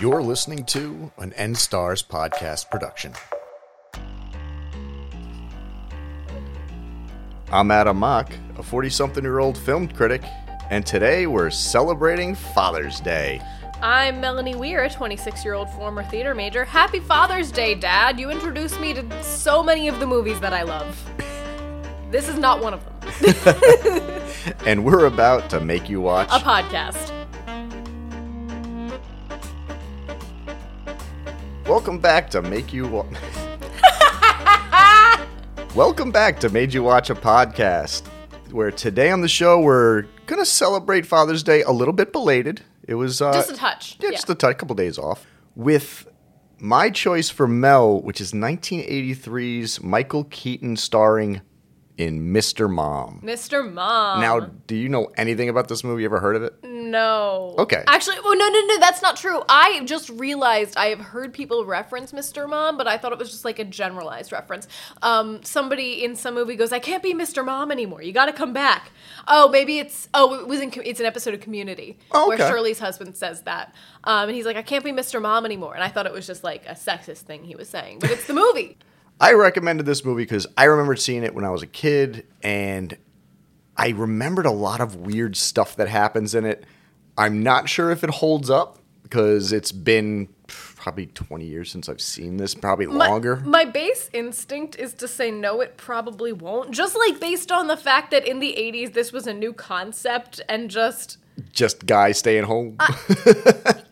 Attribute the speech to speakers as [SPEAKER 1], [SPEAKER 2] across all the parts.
[SPEAKER 1] You're listening to an N Stars podcast production. I'm Adam Mock, a 40 something year old film critic, and today we're celebrating Father's Day.
[SPEAKER 2] I'm Melanie Weir, a 26 year old former theater major. Happy Father's Day, Dad! You introduced me to so many of the movies that I love. This is not one of them.
[SPEAKER 1] And we're about to make you watch.
[SPEAKER 2] A podcast.
[SPEAKER 1] Welcome back to Make You Watch. Welcome back to Made You Watch a Podcast, where today on the show we're going to celebrate Father's Day a little bit belated. It was uh,
[SPEAKER 2] Just a touch.
[SPEAKER 1] Yeah,
[SPEAKER 2] Yeah.
[SPEAKER 1] just a tou- couple days off. With my choice for Mel, which is 1983's Michael Keaton starring in Mr. Mom.
[SPEAKER 2] Mr. Mom.
[SPEAKER 1] Now, do you know anything about this movie? You ever heard of it?
[SPEAKER 2] No.
[SPEAKER 1] Okay.
[SPEAKER 2] Actually, well, no, no, no, that's not true. I just realized I have heard people reference Mr. Mom, but I thought it was just like a generalized reference. Um, somebody in some movie goes, "I can't be Mr. Mom anymore. You got to come back." Oh, maybe it's oh, it was in Com- it's an episode of Community
[SPEAKER 1] Oh, okay.
[SPEAKER 2] where Shirley's husband says that, um, and he's like, "I can't be Mr. Mom anymore," and I thought it was just like a sexist thing he was saying, but it's the movie.
[SPEAKER 1] I recommended this movie because I remembered seeing it when I was a kid and I remembered a lot of weird stuff that happens in it. I'm not sure if it holds up because it's been probably 20 years since I've seen this, probably
[SPEAKER 2] My-
[SPEAKER 1] longer.
[SPEAKER 2] My base instinct is to say no, it probably won't. Just like based on the fact that in the 80s this was a new concept and just
[SPEAKER 1] Just guys staying home.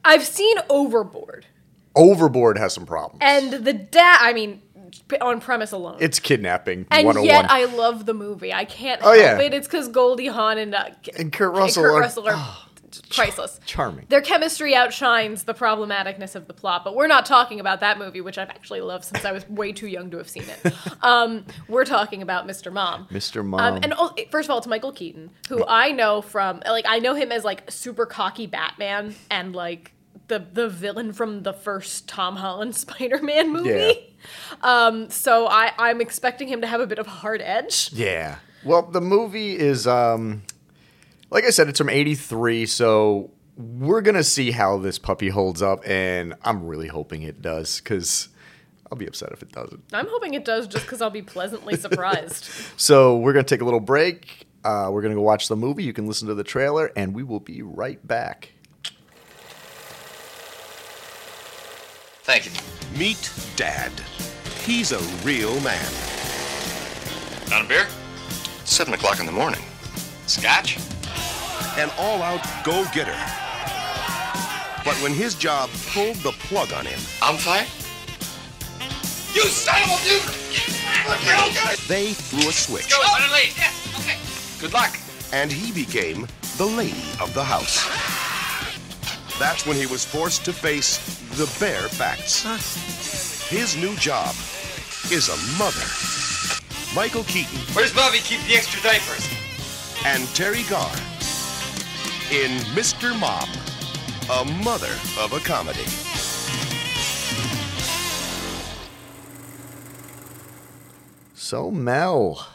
[SPEAKER 2] I've seen Overboard
[SPEAKER 1] Overboard has some problems.
[SPEAKER 2] and the dad, I mean, p- on premise alone.
[SPEAKER 1] it's kidnapping
[SPEAKER 2] and
[SPEAKER 1] 101.
[SPEAKER 2] yet I love the movie. I can't
[SPEAKER 1] Oh,
[SPEAKER 2] help
[SPEAKER 1] yeah.
[SPEAKER 2] it. It's because Goldie Hawn and, uh, K-
[SPEAKER 1] And Kurt Russell
[SPEAKER 2] Kurt
[SPEAKER 1] are-
[SPEAKER 2] Russell are priceless.
[SPEAKER 1] charming.
[SPEAKER 2] Their chemistry outshines the problematicness of the plot, but we're not talking about that movie, which I've actually loved since I was way too young to have seen it. Um, we're talking about Mr. Mom.
[SPEAKER 1] Mr. Mom.
[SPEAKER 2] Um, and al- first of all, it's Michael Keaton, who I know from like I know him as like super cocky Batman and like the the villain from the first Tom Holland Spider Man movie.
[SPEAKER 1] Yeah.
[SPEAKER 2] Um, so I I'm expecting him to have a bit of a hard edge.
[SPEAKER 1] Yeah. Well, the movie is um like I said, it's from eighty three, so we're gonna see how this puppy holds up, and I'm really hoping it does, because I'll be upset if it doesn't.
[SPEAKER 2] I'm hoping it does, just because I'll be pleasantly surprised.
[SPEAKER 1] So we're gonna take a little break. Uh, we're gonna go watch the movie. You can listen to the trailer, and we will be right back.
[SPEAKER 3] Thank you.
[SPEAKER 4] Meet Dad. He's a real man.
[SPEAKER 3] Not a beer? Seven o'clock in the morning. Scotch?
[SPEAKER 4] An all out go getter. But when his job pulled the plug on him,
[SPEAKER 3] I'm fine. You son of a dude!
[SPEAKER 4] they threw a switch
[SPEAKER 3] okay. Good luck.
[SPEAKER 4] and he became the lady of the house. That's when he was forced to face the bare facts. His new job is a mother. Michael Keaton
[SPEAKER 3] Where's Bobby keep the extra diapers?
[SPEAKER 4] and Terry Garr in Mr. Mom, a mother of a comedy.
[SPEAKER 1] So Mel,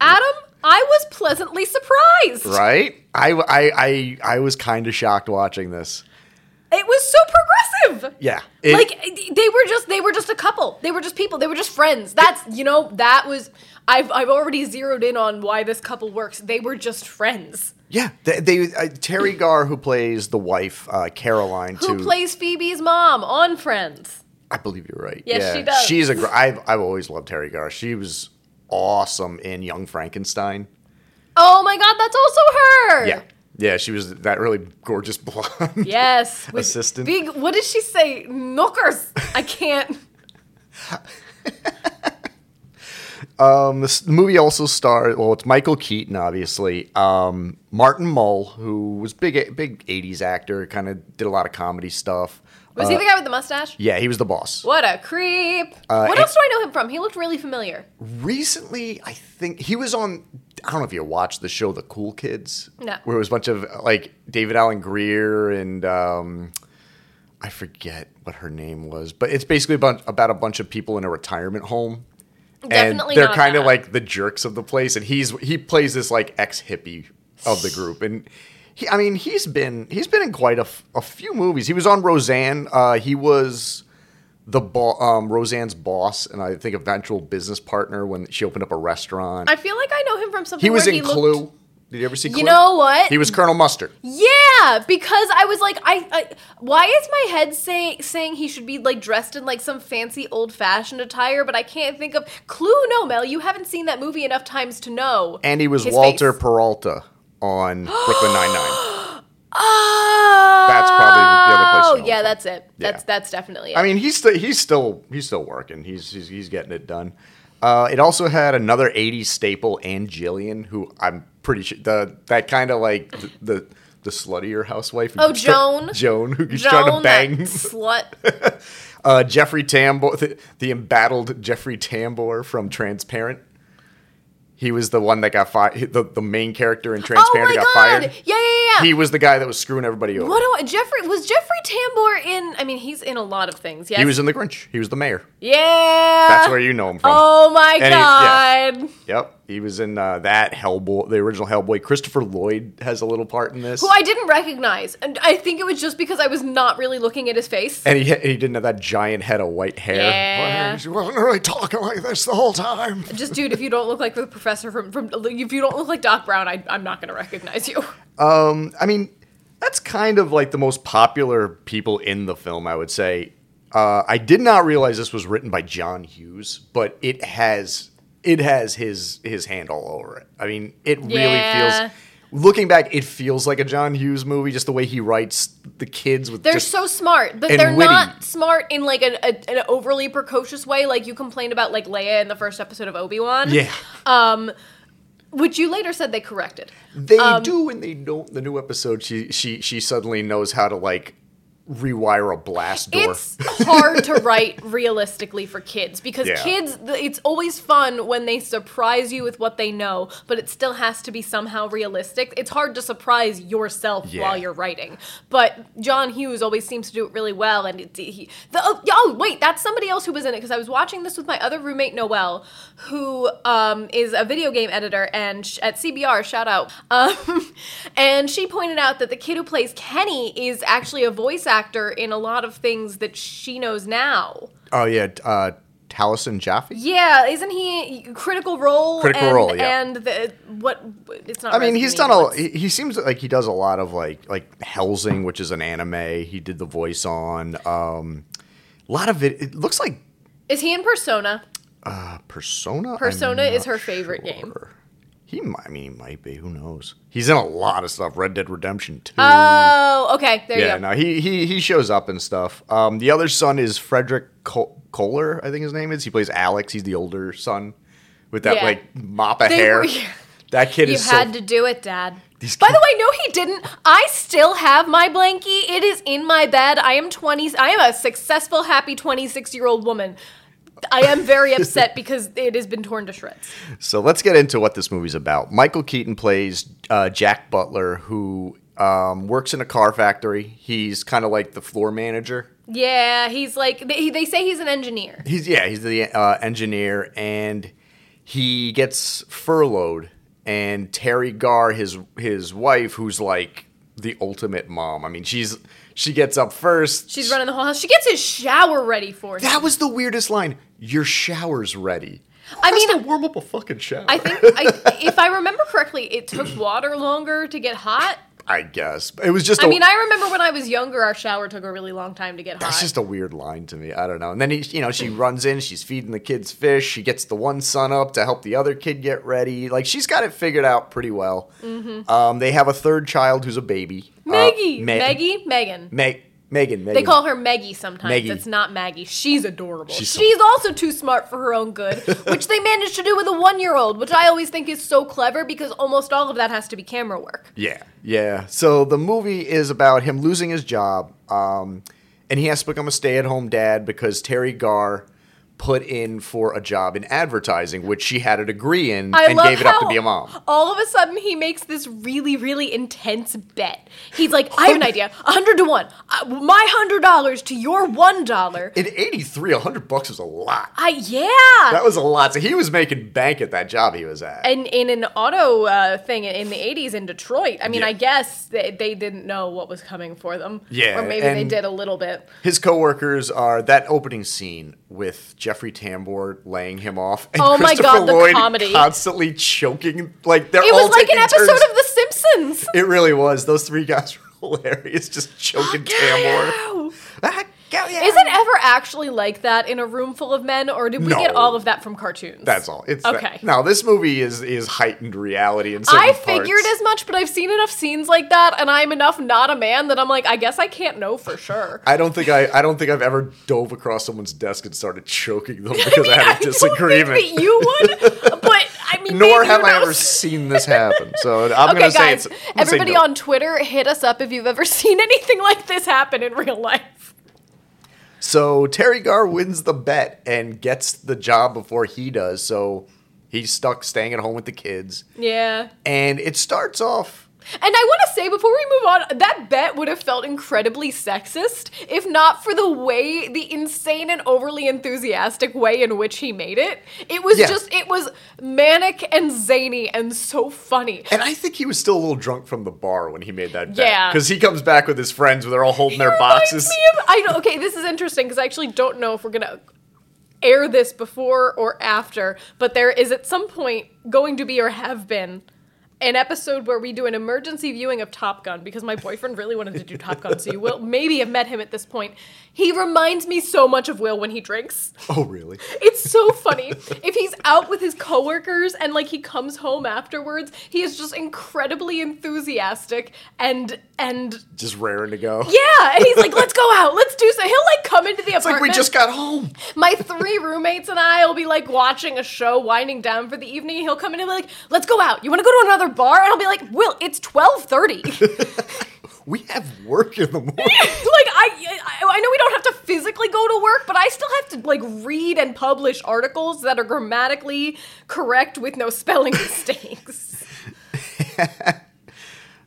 [SPEAKER 2] Adam, I was pleasantly surprised.
[SPEAKER 1] right? I I I, I was kind of shocked watching this.
[SPEAKER 2] It was so progressive.
[SPEAKER 1] Yeah. It-
[SPEAKER 2] like they were just they were just a couple. They were just people. They were just friends. That's you know that was I've I've already zeroed in on why this couple works. They were just friends.
[SPEAKER 1] Yeah, they, they uh, Terry Garr, who plays the wife, uh, Caroline,
[SPEAKER 2] Who
[SPEAKER 1] too.
[SPEAKER 2] plays Phoebe's mom on Friends?
[SPEAKER 1] I believe you're right.
[SPEAKER 2] Yes, she does.
[SPEAKER 1] She's a. Gr- I've I've always loved Terry Garr. She was awesome in Young Frankenstein.
[SPEAKER 2] Oh my God, that's also her.
[SPEAKER 1] Yeah, yeah. She was that really gorgeous blonde.
[SPEAKER 2] Yes. with
[SPEAKER 1] Assistant.
[SPEAKER 2] Big. What did she say? Knockers. I can't.
[SPEAKER 1] Um, this movie also stars. Well, it's Michael Keaton, obviously. Um, Martin Mull, who was big big '80s actor, kind of did a lot of comedy stuff.
[SPEAKER 2] Was he the guy with the mustache?
[SPEAKER 1] Uh, Yeah, he was the boss.
[SPEAKER 2] What a creep. what
[SPEAKER 1] and-
[SPEAKER 2] else do I know him from? He looked really familiar.
[SPEAKER 1] recently i think he was on i don't know if you watched the show the cool kids
[SPEAKER 2] No.
[SPEAKER 1] where it was a bunch of like david allen greer and um i forget what her name was but it's basically about, about a bunch of people in a retirement home
[SPEAKER 2] Definitely
[SPEAKER 1] and they're
[SPEAKER 2] not
[SPEAKER 1] kind of
[SPEAKER 2] that.
[SPEAKER 1] like the jerks of the place and he's he plays this like ex hippie of the group and He, I mean, he's been he's been in quite a, f- a few movies. He was on Roseanne. Uh, he was the bo- um, Roseanne's boss, and I think eventual business partner when she opened up a restaurant.
[SPEAKER 2] I feel like I know him from something.
[SPEAKER 1] he was in
[SPEAKER 2] where he looked-
[SPEAKER 1] Clue. Did you ever see? Clue?
[SPEAKER 2] You know what?
[SPEAKER 1] He was Colonel Mustard.
[SPEAKER 2] Yeah, because I was like, I, I why is my head saying saying he should be like dressed in like some fancy old fashioned attire, but I can't think of Clue. No, Mel, you haven't seen that movie enough times to know.
[SPEAKER 1] And he was
[SPEAKER 2] his
[SPEAKER 1] Walter
[SPEAKER 2] face.
[SPEAKER 1] Peralta on Brooklyn Nine Nine.
[SPEAKER 2] Oh,
[SPEAKER 1] That's probably the other place you know
[SPEAKER 2] Oh,
[SPEAKER 1] him
[SPEAKER 2] yeah,
[SPEAKER 1] from.
[SPEAKER 2] that's it. That's
[SPEAKER 1] Yeah.
[SPEAKER 2] that's definitely it.
[SPEAKER 1] I mean, he's still he's still he's still working. He's he's, he's getting it done. Uh, it also had another '80s staple, Ann Jillian, who I'm pretty sure the that kind of like the, the the sluttier housewife. who
[SPEAKER 2] Oh,
[SPEAKER 1] keeps try-
[SPEAKER 2] Joan.
[SPEAKER 1] Joan, who keeps trying to
[SPEAKER 2] Joan, that
[SPEAKER 1] bang
[SPEAKER 2] slut.
[SPEAKER 1] uh, Jeffrey Tambor, the, the embattled Jeffrey Tambor from Transparent. He was the one that got fired. The, the main character in
[SPEAKER 2] oh
[SPEAKER 1] Transparent
[SPEAKER 2] my
[SPEAKER 1] who got
[SPEAKER 2] god!
[SPEAKER 1] fired.
[SPEAKER 2] Yeah, yeah, yeah.
[SPEAKER 1] He was the guy that was screwing everybody over.
[SPEAKER 2] what do I, Jeffrey was Jeffrey Tambor in? I mean, he's in a lot of things. Yes.
[SPEAKER 1] he was in The Grinch. He was the mayor.
[SPEAKER 2] Yeah.
[SPEAKER 1] That's where you know him from.
[SPEAKER 2] Uh, Oh my
[SPEAKER 1] And he- yeah.
[SPEAKER 2] god.
[SPEAKER 1] Yep, he was in uh, that Hellboy, the original Hellboy. Christopher Lloyd has a little part in this,
[SPEAKER 2] who I didn't recognize, and I think it was just because I was not really looking at his face.
[SPEAKER 1] and he he didn't have that giant head of white hair.
[SPEAKER 2] Yeah.
[SPEAKER 1] She wasn't really talking like this the whole time.
[SPEAKER 2] Just dude, if you don't look like the professor from from if you don't look like Doc Brown, I, I'm not gonna recognize you.
[SPEAKER 1] I mean, that's kind of like the most popular people in the film, I would say. Uh, I did not realize this was written by John Hughes, but it has it has his his hand all over it. I mean, it really
[SPEAKER 2] Yeah.
[SPEAKER 1] feels. Looking back, it feels like a John Hughes movie, just the way he writes the kids with.
[SPEAKER 2] They're
[SPEAKER 1] just-
[SPEAKER 2] so smart, but
[SPEAKER 1] and
[SPEAKER 2] they're
[SPEAKER 1] witty.
[SPEAKER 2] not smart in like an, a, an overly precocious way. Like you complained about like Leia in the first episode of Obi Wan,
[SPEAKER 1] yeah.
[SPEAKER 2] which you later said they corrected.
[SPEAKER 1] They
[SPEAKER 2] Um,
[SPEAKER 1] do and they don't. The new episode, she she she suddenly knows how to like rewire a blast door.
[SPEAKER 2] It's hard to write realistically for kids because
[SPEAKER 1] Yeah.
[SPEAKER 2] kids, th- it's always fun when they surprise you with what they know, but it still has to be somehow realistic. It's hard to surprise yourself
[SPEAKER 1] Yeah.
[SPEAKER 2] while you're writing, but John Hughes always seems to do it really well. And it, he, the, oh, yeah, oh, wait, that's somebody else who was in it because I was watching this with my other roommate Noel, who um, is a video game editor and sh- at CBR, shout out. Um, and she pointed out that the kid who plays Kenny is actually a voice actor in a lot of things that she knows now.
[SPEAKER 1] oh yeah, uh, Taliesin Jaffe.
[SPEAKER 2] Yeah, isn't he Critical Role?
[SPEAKER 1] Critical
[SPEAKER 2] and,
[SPEAKER 1] Role, yeah.
[SPEAKER 2] And the, what? It's not.
[SPEAKER 1] I mean,
[SPEAKER 2] Resident
[SPEAKER 1] he's done
[SPEAKER 2] Evil,
[SPEAKER 1] a.
[SPEAKER 2] it's-
[SPEAKER 1] He, he seems like he does a lot of like like Helsing, which is an anime. He did the voice on. Um, a lot of it. It looks like
[SPEAKER 2] Is he in Persona?
[SPEAKER 1] Mm. Persona. I'm
[SPEAKER 2] Persona is
[SPEAKER 1] not
[SPEAKER 2] her favorite game.
[SPEAKER 1] sure. He might. I mean, he might be. Who knows? He's in a lot of stuff. Red Dead Redemption Two.
[SPEAKER 2] Oh, okay. There
[SPEAKER 1] yeah.
[SPEAKER 2] you go.
[SPEAKER 1] No, he he he shows up and stuff. Um, the other son is Frederick Col- Kohler. I think his name is. He plays Alex. He's the older son, with that
[SPEAKER 2] Yeah.
[SPEAKER 1] like mop of
[SPEAKER 2] They
[SPEAKER 1] hair.
[SPEAKER 2] were-
[SPEAKER 1] That kid
[SPEAKER 2] You
[SPEAKER 1] is
[SPEAKER 2] had
[SPEAKER 1] so
[SPEAKER 2] to do it, Dad.
[SPEAKER 1] These
[SPEAKER 2] By
[SPEAKER 1] kids-
[SPEAKER 2] the way, no, he didn't. I still have my blankie. It is in my bed. I am 20. I am a successful, happy 26 year old woman. I am very upset because it has been torn to shreds.
[SPEAKER 1] So let's get into what this movie's about. Michael Keaton plays uh, Jack Butler, who um, works in a car factory. He's kind of like the floor manager.
[SPEAKER 2] Yeah, he's like, they, they say he's an engineer.
[SPEAKER 1] He's yeah, he's the uh, engineer, and he gets furloughed. And Terry Garr, his his wife, who's like the ultimate mom. I mean, she's she gets up first.
[SPEAKER 2] She's running the whole house. She gets his shower ready for him.
[SPEAKER 1] That was the weirdest line. Your shower's ready.
[SPEAKER 2] I
[SPEAKER 1] Who has
[SPEAKER 2] mean-
[SPEAKER 1] to warm up a fucking shower.
[SPEAKER 2] I think, I, if I remember correctly, it took water longer to get hot.
[SPEAKER 1] I guess it was just.
[SPEAKER 2] I
[SPEAKER 1] a-
[SPEAKER 2] mean, I remember when I was younger, our shower took a really long time to get hot.
[SPEAKER 1] That's just a weird line to me. I don't know. And then he, you know, she runs in, she's feeding the kids fish. She gets the one son up to help the other kid get ready. Like she's got it figured out pretty well. Um, they have a third child who's a baby. Uh,
[SPEAKER 2] Mm-hmm. Maggie,
[SPEAKER 1] Meg-
[SPEAKER 2] Maggie, Megan.
[SPEAKER 1] Meg, Megan, Megan.
[SPEAKER 2] They call her Maggie sometimes.
[SPEAKER 1] Maggie.
[SPEAKER 2] It's not Maggie. She's adorable.
[SPEAKER 1] She's
[SPEAKER 2] She's,
[SPEAKER 1] so-
[SPEAKER 2] also too smart for her own good, which they managed to do with a one year old, which I always think is so clever because almost all of that has to be camera work.
[SPEAKER 1] Yeah, yeah. So the movie is about him losing his job, um, and he has to become a stay-at-home dad because Terry Garr put in for a job in advertising, which she had a degree in
[SPEAKER 2] I
[SPEAKER 1] and
[SPEAKER 2] love
[SPEAKER 1] gave it up to
[SPEAKER 2] how
[SPEAKER 1] be a mom.
[SPEAKER 2] All of a sudden, he makes this really, really intense bet. He's like, "I have an idea. A hundred to one. Uh, my hundred dollars to your one dollar.
[SPEAKER 1] In 83, 100 bucks was a lot.
[SPEAKER 2] I yeah."
[SPEAKER 1] That was a lot. So he was making bank at that job he was at.
[SPEAKER 2] in, in an auto uh, thing in the 80s in Detroit. I mean,
[SPEAKER 1] Yeah.
[SPEAKER 2] I guess they, they didn't know what was coming for them.
[SPEAKER 1] Yeah,
[SPEAKER 2] Or maybe they
[SPEAKER 1] and-
[SPEAKER 2] did a little bit.
[SPEAKER 1] His coworkers are that opening scene with Jeffrey Tambor laying him off and
[SPEAKER 2] Oh my
[SPEAKER 1] Christopher
[SPEAKER 2] God, the
[SPEAKER 1] Lloyd
[SPEAKER 2] comedy.
[SPEAKER 1] constantly choking. Like they're
[SPEAKER 2] It
[SPEAKER 1] all
[SPEAKER 2] was like an
[SPEAKER 1] taking
[SPEAKER 2] episode
[SPEAKER 1] turns-
[SPEAKER 2] of The Simpsons.
[SPEAKER 1] It really was. Those three guys were hilarious, just choking Tambor. Ah, go, yeah.
[SPEAKER 2] Is it ever actually like that in a room full of men, or did we
[SPEAKER 1] No.
[SPEAKER 2] get all of that from cartoons?
[SPEAKER 1] That's all. It's
[SPEAKER 2] Okay.
[SPEAKER 1] That. Now this movie is is heightened reality in certain
[SPEAKER 2] I
[SPEAKER 1] parts.
[SPEAKER 2] figured as much, but I've seen enough scenes like that, and I'm enough not a man that I'm like, I guess I can't know for sure.
[SPEAKER 1] I don't think I I don't think I've ever dove across someone's desk and started choking them because I, had a disagreement.
[SPEAKER 2] Don't think that you would, but I mean,
[SPEAKER 1] Nor
[SPEAKER 2] maybe
[SPEAKER 1] have
[SPEAKER 2] who
[SPEAKER 1] I ever
[SPEAKER 2] knows?
[SPEAKER 1] seen this happen. So I'm
[SPEAKER 2] okay,
[SPEAKER 1] gonna say it's
[SPEAKER 2] guys,
[SPEAKER 1] I'm gonna say
[SPEAKER 2] everybody
[SPEAKER 1] no.
[SPEAKER 2] on Twitter, hit us up if you've ever seen anything like this happen in real life.
[SPEAKER 1] So Terry Gar wins the bet and gets the job before he does. So he's stuck staying at home with the kids.
[SPEAKER 2] Yeah.
[SPEAKER 1] And it starts off
[SPEAKER 2] And I want to say before we move on, that bet would have felt incredibly sexist if not for the way, the insane and overly enthusiastic way in which he made it. It was
[SPEAKER 1] Yeah.
[SPEAKER 2] just, it was manic and zany and so funny.
[SPEAKER 1] and I think he was still a little drunk from the bar when he made that bet.
[SPEAKER 2] Yeah.
[SPEAKER 1] Because he comes back with his friends where they're all holding their
[SPEAKER 2] reminds
[SPEAKER 1] boxes.
[SPEAKER 2] me of- I know. Okay, this is interesting because I actually don't know if we're gonna air this before or after, but there is at some point going to be or have been an episode where we do an emergency viewing of Top Gun because my boyfriend really wanted to do Top Gun, so you will maybe have met him at this point. He reminds me so much of Will when he drinks.
[SPEAKER 1] Oh really?
[SPEAKER 2] It's so funny. if he's out with his coworkers and like he comes home afterwards, he is just incredibly enthusiastic and and
[SPEAKER 1] Just raring to go.
[SPEAKER 2] yeah, and he's like, "Let's go out. Let's do so." He'll like come into the
[SPEAKER 1] It's like
[SPEAKER 2] apartment.
[SPEAKER 1] we just got home.
[SPEAKER 2] My three roommates and I will be like watching a show, winding down for the evening. He'll come in and be like, "Let's go out. You want to go to another bar?" And I'll be like, "Will, it's twelve 30 Like
[SPEAKER 1] We have work in the morning.
[SPEAKER 2] I, I, I know we don't have to physically go to work, but I still have to like read and publish articles that are grammatically correct with no spelling mistakes.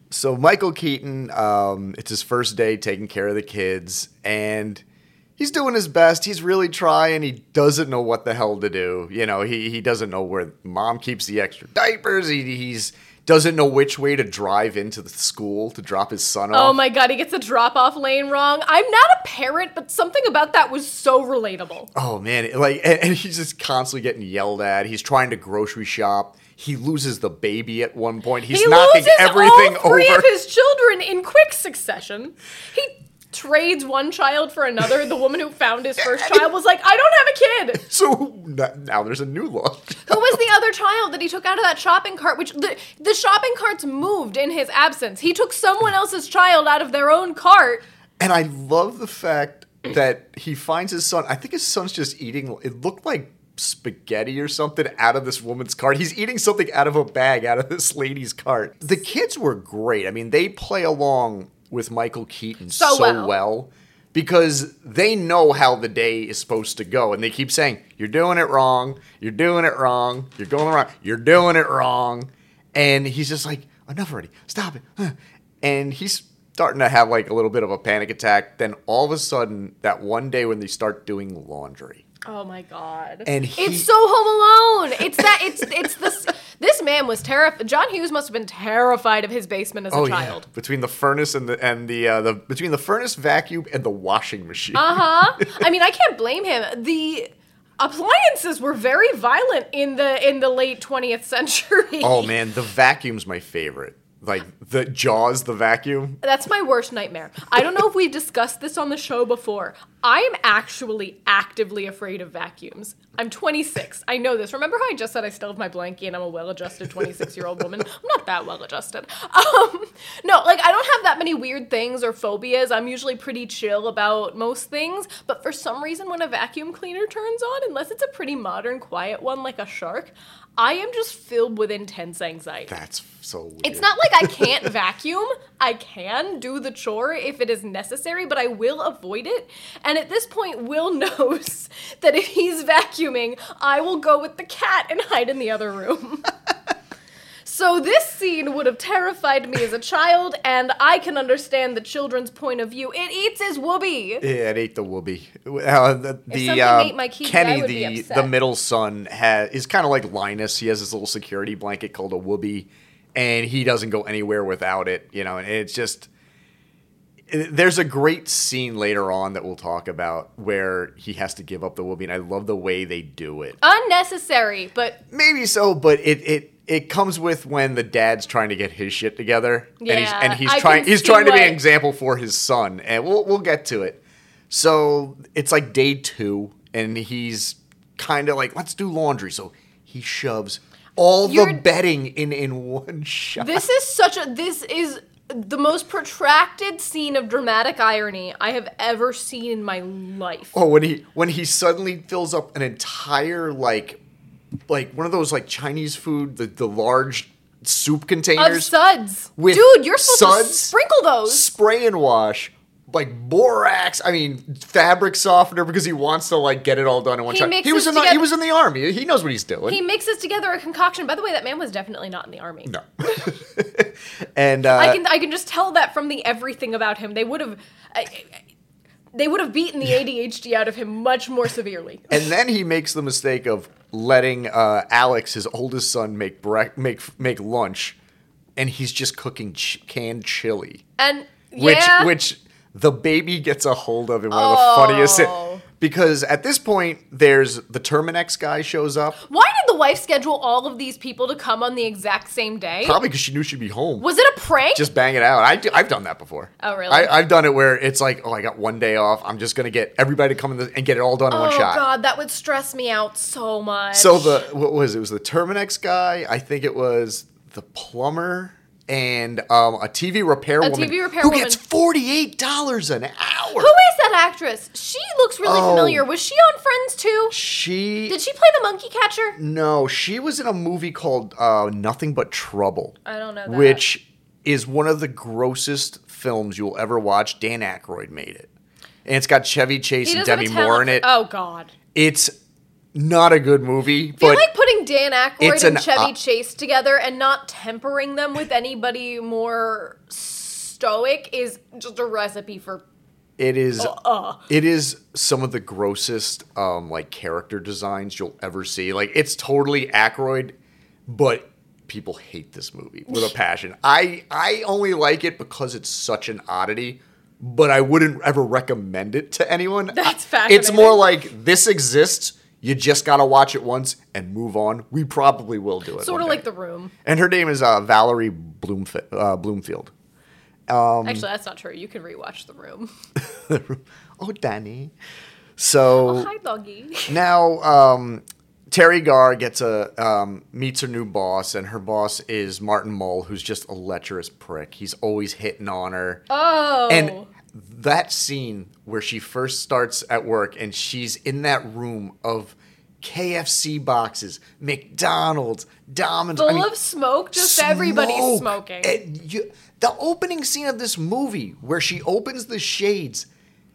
[SPEAKER 1] so Michael Keaton, um, it's his first day taking care of the kids, and he's doing his best. He's really trying. He doesn't know what the hell to do. You know, he he doesn't know where mom keeps the extra diapers. He, he's doesn't know which way to drive into the school to drop his son off.
[SPEAKER 2] oh my god, he gets the drop off lane wrong. I'm not a parent, but something about that was so relatable.
[SPEAKER 1] Oh man, it- like and, and he's just constantly getting yelled at. He's trying to grocery shop. He loses the baby at one point. He's
[SPEAKER 2] he
[SPEAKER 1] knocking
[SPEAKER 2] loses
[SPEAKER 1] everything
[SPEAKER 2] all three
[SPEAKER 1] over.
[SPEAKER 2] of his children in quick succession. He trades one child for another. The woman who found his first child was like, "I don't have a kid."
[SPEAKER 1] so n- now there's a new law.
[SPEAKER 2] Who was the other child that he took out of that shopping cart? Which the the shopping carts moved in his absence. He took someone else's child out of their own cart.
[SPEAKER 1] And I love the fact that he finds his son. I think his son's just eating. It looked like spaghetti or something out of this woman's cart. He's eating something out of a bag out of this lady's cart. The kids were great. I mean, they play along with Michael Keaton so,
[SPEAKER 2] So well.
[SPEAKER 1] well. because they know how the day is supposed to go and they keep saying, "You're doing it wrong. You're doing it wrong. You're going wrong. You're doing it wrong." And he's just like, "Enough already. Stop it." Huh." And he's starting to have like a little bit of a panic attack. Then all of a sudden, that one day when they start doing laundry,
[SPEAKER 2] Oh my god!
[SPEAKER 1] And he-
[SPEAKER 2] it's so Home Alone. It's that. It's it's this. This man was terrified. John Hughes must have been terrified of his basement
[SPEAKER 1] Oh,
[SPEAKER 2] as a child.
[SPEAKER 1] between the furnace and the and the uh, the between the furnace vacuum and the washing machine.
[SPEAKER 2] Uh huh. I mean, I can't blame him. The appliances were very violent in the in the late 20th century.
[SPEAKER 1] oh man, the vacuum's my favorite. Like the Jaws, the vacuum.
[SPEAKER 2] That's my worst nightmare. I don't know if we've discussed this on the show before. I am actually actively afraid of vacuums. I'm 26. I know this. Remember how I just said I still have my blankie and I'm a well-adjusted 26-year-old woman? I'm not that well-adjusted. Um, no, like I don't have that many weird things or phobias. I'm usually pretty chill about most things, but for some reason when a vacuum cleaner turns on, unless it's a pretty modern quiet one like a shark, I am just filled with intense anxiety.
[SPEAKER 1] That's so weird.
[SPEAKER 2] It's not like I can't vacuum. I can do the chore if it is necessary, but I will avoid it. And at this point, Will knows that if he's vacuuming, I will go with the cat and hide in the other room. So this scene would have terrified me as a child, and I can understand the children's point of view. It eats his wooby.
[SPEAKER 1] Yeah, it ate the whoopee. Uh, the the
[SPEAKER 2] something
[SPEAKER 1] uh,
[SPEAKER 2] ate my keys, I
[SPEAKER 1] Kenny,
[SPEAKER 2] would be
[SPEAKER 1] the
[SPEAKER 2] upset.
[SPEAKER 1] the middle son, has is kind of like Linus. He has this little security blanket called a whoopee, and he doesn't go anywhere without it. You know, and it's just it- there's a great scene later on that we'll talk about where he has to give up the whoopee, and I love the way they do it.
[SPEAKER 2] Unnecessary, but
[SPEAKER 1] Maybe so, but it it. It comes with when the dad's trying to get his shit together, and he's
[SPEAKER 2] Yeah,
[SPEAKER 1] and he's
[SPEAKER 2] I
[SPEAKER 1] trying
[SPEAKER 2] can
[SPEAKER 1] he's
[SPEAKER 2] see
[SPEAKER 1] trying to be
[SPEAKER 2] why-
[SPEAKER 1] an example for his son, and we'll we'll get to it. So it's like day two, and he's kind of like, let's do laundry. So he shoves all
[SPEAKER 2] You're-
[SPEAKER 1] the bedding in in one shot.
[SPEAKER 2] This is such a. This is the most protracted scene of dramatic irony I have ever seen in my life.
[SPEAKER 1] oh, when he when he suddenly fills up an entire like like one of those like Chinese food the the large soup
[SPEAKER 2] Of
[SPEAKER 1] containers
[SPEAKER 2] suds,
[SPEAKER 1] with
[SPEAKER 2] dude, you're supposed to
[SPEAKER 1] suds,
[SPEAKER 2] sprinkle those.
[SPEAKER 1] spray and wash like borax i mean fabric softener because he wants to like get it all done in one
[SPEAKER 2] He
[SPEAKER 1] shot he
[SPEAKER 2] mixes
[SPEAKER 1] was in the, he
[SPEAKER 2] together-
[SPEAKER 1] was in the army he knows what he's doing
[SPEAKER 2] He mixes together a concoction. By the way, that man was definitely not in the army.
[SPEAKER 1] no and uh,
[SPEAKER 2] I can I can just tell that from the everything about him. They would have. I- I- They would have beaten the ADHD out of him much more severely.
[SPEAKER 1] and then he makes the mistake of letting uh, alex his oldest son make brec- make make lunch and he's just cooking ch- canned chili
[SPEAKER 2] And yeah,
[SPEAKER 1] which which the baby gets a hold of in one of the
[SPEAKER 2] Oh.
[SPEAKER 1] funniest because at this point there's the terminex guy shows up
[SPEAKER 2] why did the wife schedule all of these people to come on the exact same day?
[SPEAKER 1] Probably because she knew she'd be home.
[SPEAKER 2] Was it a prank?
[SPEAKER 1] just bang it out. I do, I've done that before.
[SPEAKER 2] Oh, really?
[SPEAKER 1] I, I've done it where it's like, oh, I got one day off. I'm just gonna get everybody to come in the, and get it all done in one
[SPEAKER 2] oh
[SPEAKER 1] shot.
[SPEAKER 2] god, that would stress me out so much.
[SPEAKER 1] So the what was it? It was the Terminex guy. I think it was the plumber and um, a TV repair woman
[SPEAKER 2] TV repair
[SPEAKER 1] who
[SPEAKER 2] woman.
[SPEAKER 1] gets forty eight dollars an hour.
[SPEAKER 2] who is that actress? She looks really
[SPEAKER 1] Oh.
[SPEAKER 2] familiar. Was she on Friends too?
[SPEAKER 1] she?
[SPEAKER 2] Did she play the monkey catcher?
[SPEAKER 1] No, she was in a movie called uh, Nothing But Trouble.
[SPEAKER 2] I don't know that.
[SPEAKER 1] Which is one of the grossest films you'll ever watch. Dan Aykroyd made it. And it's got Chevy Chase and
[SPEAKER 2] doesn't
[SPEAKER 1] Demi
[SPEAKER 2] have a
[SPEAKER 1] Moore in it.
[SPEAKER 2] Oh god.
[SPEAKER 1] It's not a good movie,
[SPEAKER 2] I feel
[SPEAKER 1] but
[SPEAKER 2] like putting Dan Aykroyd
[SPEAKER 1] it's
[SPEAKER 2] and
[SPEAKER 1] an uh,
[SPEAKER 2] Chevy
[SPEAKER 1] op-
[SPEAKER 2] Chase together and not tempering them with anybody more stoic is just a recipe for
[SPEAKER 1] it is
[SPEAKER 2] Uh-uh.
[SPEAKER 1] it is some of the grossest um, like character designs you'll ever see. Like it's totally Aykroyd, but people hate this movie with a passion. I I only like it because it's such an oddity. But I wouldn't ever recommend it to anyone.
[SPEAKER 2] That's
[SPEAKER 1] I- It's more
[SPEAKER 2] fascinating.
[SPEAKER 1] like this exists. You just gotta watch it once and move on. We probably will do it. one
[SPEAKER 2] sort of
[SPEAKER 1] day.
[SPEAKER 2] like the room.
[SPEAKER 1] And her name is uh, Valerie Bloomf- uh, Bloomfield. Um,
[SPEAKER 2] Actually, that's not true. You can rewatch the room.
[SPEAKER 1] Oh, Danny. So
[SPEAKER 2] Oh, Hi, doggy.
[SPEAKER 1] now um, Terry Garr gets a um, meets her new boss, and her boss is Martin Mull, who's just a lecherous prick. He's always hitting on her.
[SPEAKER 2] Oh.
[SPEAKER 1] And that scene where she first starts at work and she's in that room of KFC boxes, McDonald's, Domino's,
[SPEAKER 2] Full
[SPEAKER 1] I mean,
[SPEAKER 2] of smoke, just everybody's
[SPEAKER 1] smoke.
[SPEAKER 2] smoking.
[SPEAKER 1] And you- the opening scene of this movie, where she opens the shades,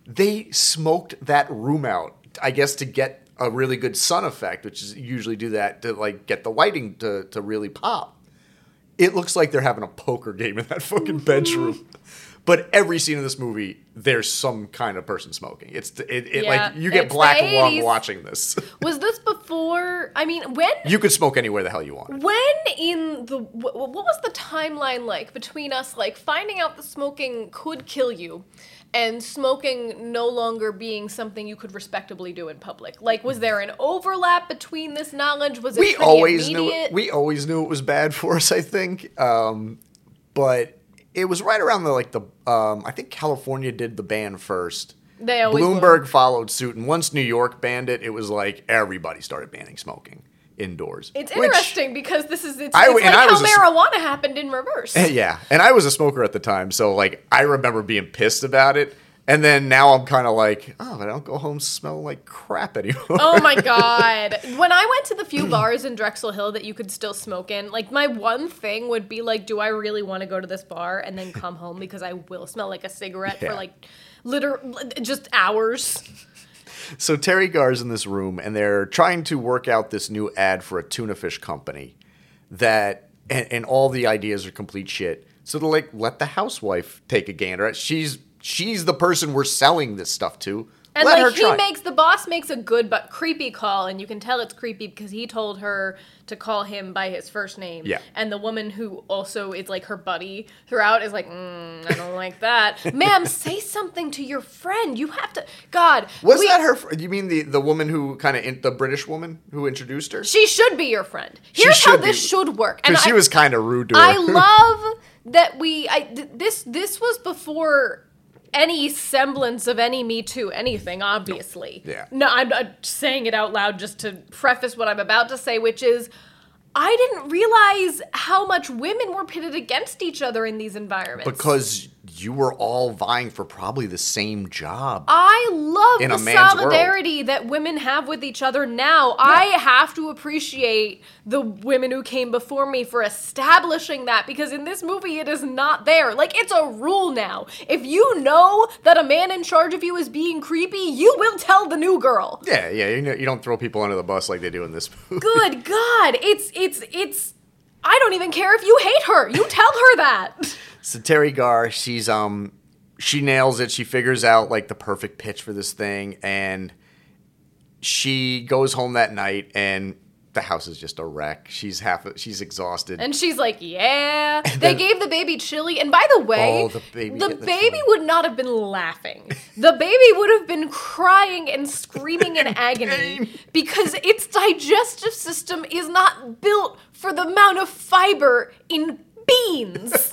[SPEAKER 1] they smoked that room out, I guess, to get a really good sun effect, which is usually do that to like get the lighting to, to really pop. It looks like they're having a poker game in that
[SPEAKER 2] Mm-hmm.
[SPEAKER 1] fucking bedroom. But every scene of this movie, there's some kind of person smoking. It's it, it
[SPEAKER 2] Yeah,
[SPEAKER 1] like you get
[SPEAKER 2] it's
[SPEAKER 1] black
[SPEAKER 2] the
[SPEAKER 1] and lung
[SPEAKER 2] 80s.
[SPEAKER 1] watching this.
[SPEAKER 2] Was this before? I mean, when
[SPEAKER 1] you could smoke anywhere the hell you want.
[SPEAKER 2] when in the wh- wh- what was the timeline like between us like finding out that smoking could kill you and smoking no longer being something you could respectably do in public? Like was there an overlap between this knowledge? Was it
[SPEAKER 1] we
[SPEAKER 2] pretty
[SPEAKER 1] always
[SPEAKER 2] immediate?
[SPEAKER 1] knew we always knew it was bad for us. I think, um, but it was right around the like the um, I think California did the ban first.
[SPEAKER 2] They always will.
[SPEAKER 1] Bloomberg followed suit, and once New York banned it, it was like everybody started banning smoking indoors.
[SPEAKER 2] it's
[SPEAKER 1] which-
[SPEAKER 2] interesting because this is it's,
[SPEAKER 1] I
[SPEAKER 2] it's
[SPEAKER 1] w-
[SPEAKER 2] like
[SPEAKER 1] and I
[SPEAKER 2] how
[SPEAKER 1] was a s-
[SPEAKER 2] marijuana happened in reverse.
[SPEAKER 1] yeah, and I was a smoker at the time, so like I remember being pissed about it. And then now I'm kind of like, oh, I don't go home smell like crap anymore.
[SPEAKER 2] Oh my god! When I went to the few bars in Drexel Hill that you could still smoke in, like my one thing would be like, do I really want to go to this bar and then come home because I will smell like a cigarette
[SPEAKER 1] Yeah.
[SPEAKER 2] for like, liter just hours.
[SPEAKER 1] So Terry Gar's in this room, and they're trying to work out this new ad for a tuna fish company that, and, and all the ideas are complete shit. So they're like, let the housewife take a gander. at it. She's she's the person we're selling this stuff to.
[SPEAKER 2] And
[SPEAKER 1] let her
[SPEAKER 2] like he
[SPEAKER 1] try. it."
[SPEAKER 2] makes the boss makes a good but creepy call, and you can tell it's creepy because he told her to call him by his first name.
[SPEAKER 1] Yeah.
[SPEAKER 2] And the woman who also is like her buddy throughout is like, mm, I don't like that, ma'am. Say something to your friend. You have to. God,
[SPEAKER 1] was
[SPEAKER 2] we-
[SPEAKER 1] that her? fr- You mean the the woman who kind of in the British woman who introduced her?
[SPEAKER 2] She should be your friend. Here's how
[SPEAKER 1] should
[SPEAKER 2] this
[SPEAKER 1] be.
[SPEAKER 2] should work.
[SPEAKER 1] Because she
[SPEAKER 2] I-
[SPEAKER 1] was kind of rude to her.
[SPEAKER 2] I love that we. I th- this this was before any semblance of any Me Too anything. Obviously,
[SPEAKER 1] Yeah.
[SPEAKER 2] No, I'm not saying it out loud just to preface what I'm about to say, which is. I didn't realize how much women were pitted against each other in these environments.
[SPEAKER 1] because you were all vying for probably the same job.
[SPEAKER 2] I love
[SPEAKER 1] in
[SPEAKER 2] the
[SPEAKER 1] a man's world.
[SPEAKER 2] solidarity that women have with each other now. I have to appreciate the women who came before me for establishing that because in this movie it is not there. Like it's a rule now. If you know that a man in charge of you is being creepy, you will tell the new girl.
[SPEAKER 1] yeah, yeah. You, know, you don't throw people under the bus like they do in this movie.
[SPEAKER 2] Good god. It's it's it's I don't even care if you hate her. You tell her that.
[SPEAKER 1] So Terry Gar, she's um, she nails it. She figures out like the perfect pitch for this thing, and she goes home that night, and the house is just a wreck. She's half, she's exhausted.
[SPEAKER 2] And she's like, "Yeah."
[SPEAKER 1] then-
[SPEAKER 2] they gave the baby chili, and by the way,
[SPEAKER 1] Oh, the baby
[SPEAKER 2] the
[SPEAKER 1] got the
[SPEAKER 2] baby
[SPEAKER 1] chili.
[SPEAKER 2] would not have been laughing. The baby would have been crying and screaming in agony because its digestive system is not built for the amount of fiber in beans.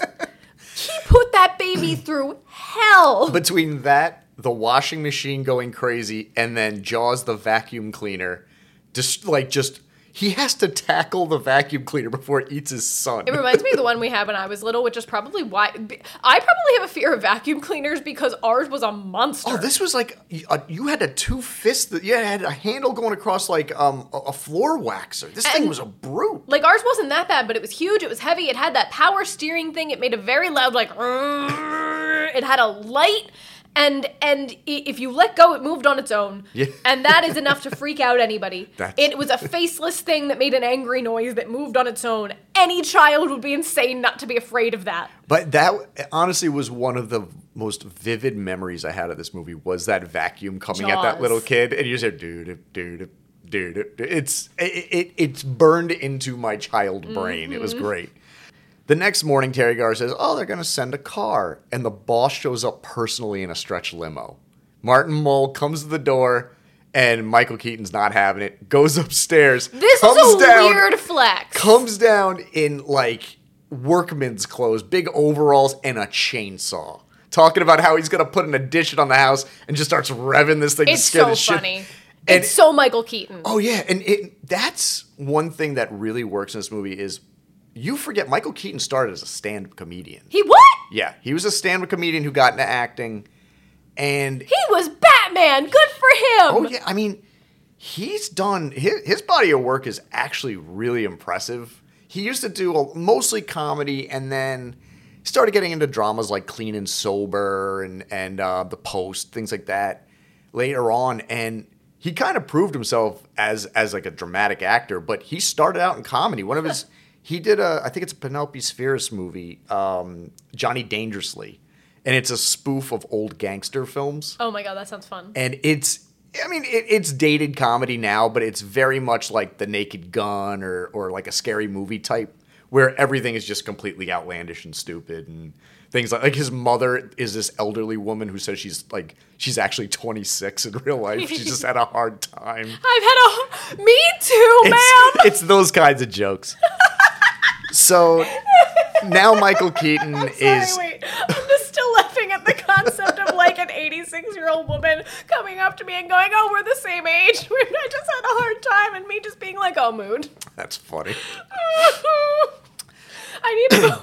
[SPEAKER 2] he put that baby through hell.
[SPEAKER 1] Between that, the washing machine going crazy, and then Jaws the vacuum cleaner, just like just he has to tackle the vacuum cleaner before it eats his son.
[SPEAKER 2] It reminds me of the one we had when I was little, which is probably why b- I probably have a fear of vacuum cleaners because ours was a monster.
[SPEAKER 1] Oh, this was like a, you had a two fist. You had a handle going across like um, a, a floor waxer. This thing
[SPEAKER 2] And-
[SPEAKER 1] was a brute.
[SPEAKER 2] Like ours wasn't that bad, but it was huge. It was heavy. It had that power steering thing. It made a very loud like. it had a light, and and i- if you let go, it moved on its own.
[SPEAKER 1] Yeah.
[SPEAKER 2] And that is enough to freak out anybody.
[SPEAKER 1] That's-
[SPEAKER 2] It was a faceless thing that made an angry noise that moved on its own. Any child would be insane not to be afraid of that.
[SPEAKER 1] But that honestly was one of the most vivid memories I had of this movie was that vacuum coming at that
[SPEAKER 2] Jaws.
[SPEAKER 1] little kid, and you said, "Dude, dude, dude." It's it, it it's burned into my child brain. It was
[SPEAKER 2] Mm-hmm.
[SPEAKER 1] great. The next morning, Terry Gar says, "Oh, they're going to send a car," and the boss shows up personally in a stretch limo. Martin Mull comes to the door, and Michael Keaton's not having it. Goes upstairs.
[SPEAKER 2] This
[SPEAKER 1] comes
[SPEAKER 2] is a
[SPEAKER 1] down,
[SPEAKER 2] weird flex.
[SPEAKER 1] comes down in like workman's clothes, big overalls, and a chainsaw. Talking about how he's gonna put an addition on the house and just starts revving this thing
[SPEAKER 2] it's
[SPEAKER 1] to scare
[SPEAKER 2] so
[SPEAKER 1] the shit.
[SPEAKER 2] funny.
[SPEAKER 1] And
[SPEAKER 2] it's so Michael Keaton.
[SPEAKER 1] oh yeah, and it that's one thing that really works in this movie is you forget Michael Keaton started as a stand-up comedian.
[SPEAKER 2] He what?
[SPEAKER 1] Yeah, he was a stand-up comedian who got into acting, and
[SPEAKER 2] He was Batman. Good for him.
[SPEAKER 1] Oh yeah, I mean, he's done his, his body of work is actually really impressive. He used to do a, mostly comedy, and then started getting into dramas like Clean and Sober and and uh, The Post, things like that. Later on, and he kind of proved himself as as like a dramatic actor. But he started out in comedy. One of his he did a I think it's a Penelope Spheris movie, um, Johnny Dangerously, and it's a spoof of old gangster films
[SPEAKER 2] Oh my god, that sounds fun.
[SPEAKER 1] and it's I mean it, it's dated comedy now, but it's very much like The Naked Gun or or like a scary movie type where everything is just completely outlandish and stupid and things like like his mother is this elderly woman who says she's like she's actually 26 in real life. She's just had a hard time.
[SPEAKER 2] I've had a me too,
[SPEAKER 1] It's,
[SPEAKER 2] ma'am.
[SPEAKER 1] it's those kinds of jokes. So now Michael Keaton is
[SPEAKER 2] Sorry, wait. I'm just still laughing at the concept of like an 86 year old woman coming up to me and going, "Oh, we're the same age. We- I just had a hard time," and me just being like, "Oh, mood."
[SPEAKER 1] that's funny.
[SPEAKER 2] I need to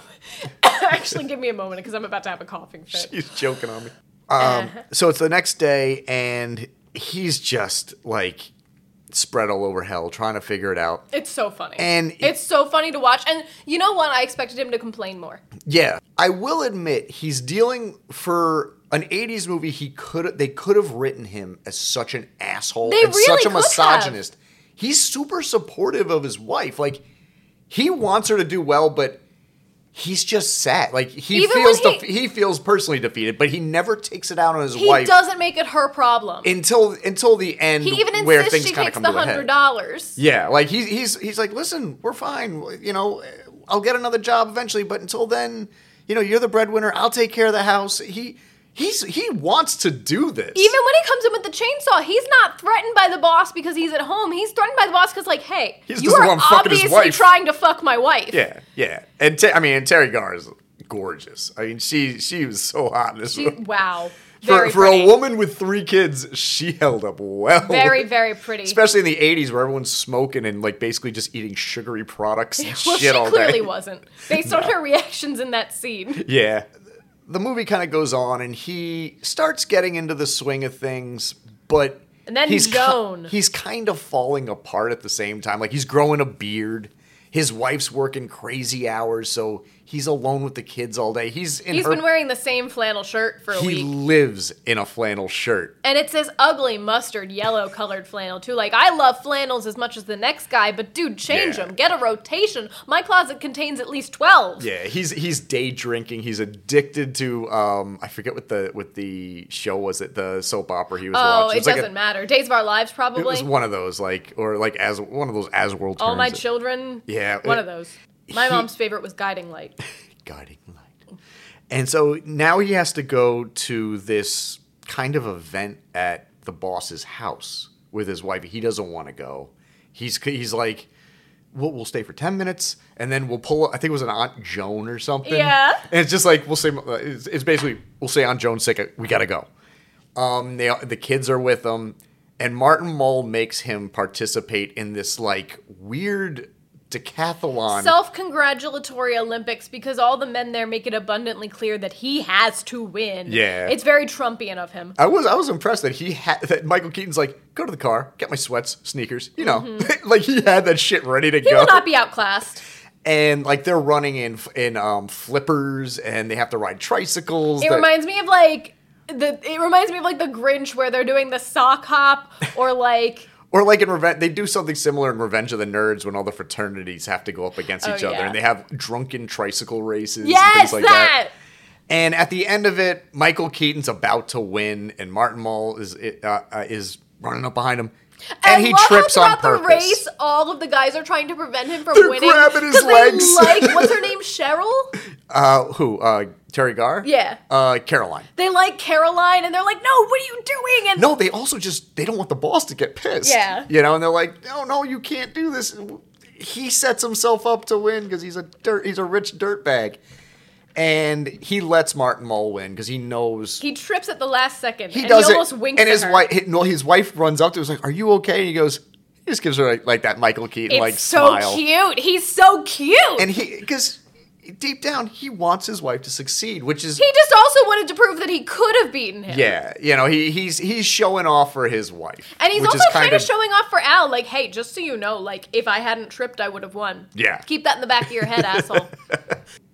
[SPEAKER 2] actually give me a moment because I'm about to have a coughing fit.
[SPEAKER 1] He's joking on me.
[SPEAKER 2] Uh-huh.
[SPEAKER 1] Um, so it's the next day, and he's just like spread all over hell trying to figure it out.
[SPEAKER 2] It's so funny.
[SPEAKER 1] And-
[SPEAKER 2] it's so funny to watch. And you know what? I expected him to complain more.
[SPEAKER 1] Yeah, I will admit he's dealing for an '80s movie. He could they could have written him as such an asshole
[SPEAKER 2] They
[SPEAKER 1] and
[SPEAKER 2] really
[SPEAKER 1] such a
[SPEAKER 2] could have.
[SPEAKER 1] misogynist. He's super supportive of his wife. Like he wants her to do well, but he's just sad. Like he
[SPEAKER 2] Even
[SPEAKER 1] feels
[SPEAKER 2] when he-
[SPEAKER 1] defe- he feels personally defeated, but he never takes it out on his
[SPEAKER 2] He
[SPEAKER 1] wife
[SPEAKER 2] doesn't make it her problem.
[SPEAKER 1] until until the end.
[SPEAKER 2] he even
[SPEAKER 1] where
[SPEAKER 2] insists
[SPEAKER 1] things
[SPEAKER 2] she
[SPEAKER 1] kinda
[SPEAKER 2] takes
[SPEAKER 1] come
[SPEAKER 2] the
[SPEAKER 1] to a head.
[SPEAKER 2] hundred dollars.
[SPEAKER 1] Yeah, like he's he's he's like, listen, we're fine. You know, I'll get another job eventually, but until then, you know, you're the breadwinner. I'll take care of the house. He he's he wants to do this.
[SPEAKER 2] Even when he comes in with the chainsaw, he's not threatened by the boss because he's at home. He's threatened by the boss because, like, hey,
[SPEAKER 1] He just
[SPEAKER 2] you
[SPEAKER 1] doesn't
[SPEAKER 2] are
[SPEAKER 1] want him fucking his
[SPEAKER 2] obviously
[SPEAKER 1] wife.
[SPEAKER 2] trying to fuck my wife.
[SPEAKER 1] yeah, yeah, and te- I mean, and Terry Garr is gorgeous. I mean, she she was so hot in this
[SPEAKER 2] She,
[SPEAKER 1] movie.
[SPEAKER 2] wow.
[SPEAKER 1] For,
[SPEAKER 2] Very
[SPEAKER 1] for a
[SPEAKER 2] pretty.
[SPEAKER 1] woman with three kids, she held up well.
[SPEAKER 2] Very, very pretty.
[SPEAKER 1] Especially in the 80s where everyone's smoking and like basically just eating sugary products and
[SPEAKER 2] well,
[SPEAKER 1] shit
[SPEAKER 2] she
[SPEAKER 1] all
[SPEAKER 2] clearly
[SPEAKER 1] day.
[SPEAKER 2] wasn't, based on her reactions in that scene.
[SPEAKER 1] Yeah. The movie kind of goes on and he starts getting into the swing of things, but
[SPEAKER 2] And then
[SPEAKER 1] he's ki-
[SPEAKER 2] Joan.
[SPEAKER 1] he's kind of falling apart at the same time. Like he's growing a beard. His wife's working crazy hours, so he's alone with the kids all day. He's in
[SPEAKER 2] He's
[SPEAKER 1] her
[SPEAKER 2] been wearing the same flannel shirt for a
[SPEAKER 1] he
[SPEAKER 2] week.
[SPEAKER 1] lives in a flannel shirt.
[SPEAKER 2] And it's this ugly mustard yellow colored flannel, too. Like, I love flannels as much as the next guy, but dude, change
[SPEAKER 1] Yeah.
[SPEAKER 2] them. Get a rotation. My closet contains at least 12.
[SPEAKER 1] Yeah, he's he's day drinking. He's addicted to um I forget what the what the show was it the soap opera he was
[SPEAKER 2] Oh,
[SPEAKER 1] watching.
[SPEAKER 2] it
[SPEAKER 1] was like a-
[SPEAKER 2] doesn't matter. Days of Our Lives, probably.
[SPEAKER 1] It was one of those like or like as one of those as world
[SPEAKER 2] All My Children.
[SPEAKER 1] Yeah,
[SPEAKER 2] One
[SPEAKER 1] it-
[SPEAKER 2] of those. My
[SPEAKER 1] he-
[SPEAKER 2] mom's favorite was Guiding Light.
[SPEAKER 1] guiding light. And so now he has to go to this kind of event at the boss's house with his wife. He doesn't want to go. He's he's like, we'll, we'll stay for ten minutes, and then we'll pull. I think it was an Aunt Joan or something.
[SPEAKER 2] Yeah.
[SPEAKER 1] And it's just like we'll say. It's, it's basically we'll say Aunt Joan's sick. We gotta go. Um, they the kids are with him, and Martin Mull makes him participate in this like weird decathlon.
[SPEAKER 2] Self congratulatory Olympics because all the men there make it abundantly clear that he has to win.
[SPEAKER 1] Yeah.
[SPEAKER 2] It's very Trumpian of him.
[SPEAKER 1] I was I was impressed that he had that Michael Keaton's like go to the car, get my sweats, sneakers, you know, like he had that shit ready to
[SPEAKER 2] Mm-hmm. He
[SPEAKER 1] go.
[SPEAKER 2] will not be outclassed.
[SPEAKER 1] and like they're running in in um, flippers, and they have to ride tricycles.
[SPEAKER 2] It
[SPEAKER 1] that-
[SPEAKER 2] reminds me of like the it reminds me of like the Grinch where they're doing the sock hop or like
[SPEAKER 1] or like in Revenge, they do something similar in Revenge of the Nerds when all the fraternities have to go up against
[SPEAKER 2] Oh,
[SPEAKER 1] each other,
[SPEAKER 2] yeah.
[SPEAKER 1] and they have drunken tricycle races. and
[SPEAKER 2] yes
[SPEAKER 1] things like
[SPEAKER 2] that.
[SPEAKER 1] And at the end of it, Michael Keaton's about to win, and Martin Mull is uh, uh, is running up behind him, and,
[SPEAKER 2] I
[SPEAKER 1] he
[SPEAKER 2] love how
[SPEAKER 1] trips on
[SPEAKER 2] throughout
[SPEAKER 1] purpose.
[SPEAKER 2] the race, all of the guys are trying to prevent him from
[SPEAKER 1] They're
[SPEAKER 2] winning.
[SPEAKER 1] grabbing his
[SPEAKER 2] 'cause they
[SPEAKER 1] legs.
[SPEAKER 2] like what's her name, Cheryl?
[SPEAKER 1] Uh, who? Uh, Terry Garr?
[SPEAKER 2] Yeah.
[SPEAKER 1] Uh, Caroline.
[SPEAKER 2] They like Caroline, and they're like, "No, what are you doing?" And
[SPEAKER 1] No, they also just they don't want the boss to get pissed.
[SPEAKER 2] Yeah.
[SPEAKER 1] You know, and they're like, no, no, you can't do this. He sets himself up to win because he's a dirt, he's a rich dirtbag, and he lets Martin Mull win because he knows
[SPEAKER 2] he trips at the last second.
[SPEAKER 1] he
[SPEAKER 2] and
[SPEAKER 1] does
[SPEAKER 2] he
[SPEAKER 1] it.
[SPEAKER 2] almost winks
[SPEAKER 1] and
[SPEAKER 2] at
[SPEAKER 1] his
[SPEAKER 2] her.
[SPEAKER 1] wife, his, no, his wife runs up to him, is like, "Are you okay?" And he goes, he just gives her like, like that Michael Keaton
[SPEAKER 2] It's
[SPEAKER 1] like
[SPEAKER 2] so
[SPEAKER 1] smile.
[SPEAKER 2] cute. He's so cute.
[SPEAKER 1] And he because deep down he wants his wife to succeed, which is
[SPEAKER 2] he just also wanted to prove that he could have beaten him.
[SPEAKER 1] Yeah, you know, he he's he's showing off for his wife.
[SPEAKER 2] And he's
[SPEAKER 1] which
[SPEAKER 2] also
[SPEAKER 1] is
[SPEAKER 2] kind of showing off for Al, like, hey, just so you know, like, if I hadn't tripped, I would have won.
[SPEAKER 1] Yeah.
[SPEAKER 2] Keep that in the back of your head, asshole.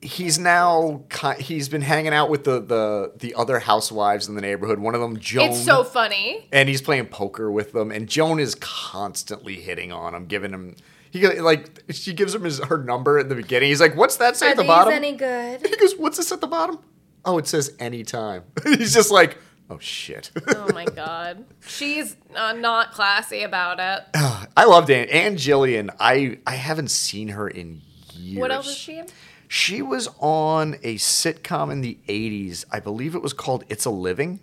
[SPEAKER 1] he's now ki- he's been hanging out with the the the other housewives in the neighborhood. One of them Joan.
[SPEAKER 2] It's so funny.
[SPEAKER 1] and he's playing poker with them and Joan is constantly hitting on him, giving him he go- like she gives him his her number at the beginning. He's like, "What's that say at the bottom?"
[SPEAKER 2] good?
[SPEAKER 1] he goes, "What's this at the bottom?" Oh, it says anytime. he's just like, "Oh shit."
[SPEAKER 2] Oh my god. She's uh, not classy about it.
[SPEAKER 1] I loved Anne. Anne Jillian. I I haven't seen her in years.
[SPEAKER 2] What else is she in?
[SPEAKER 1] She was on a sitcom in the 80s. I believe it was called It's a Living.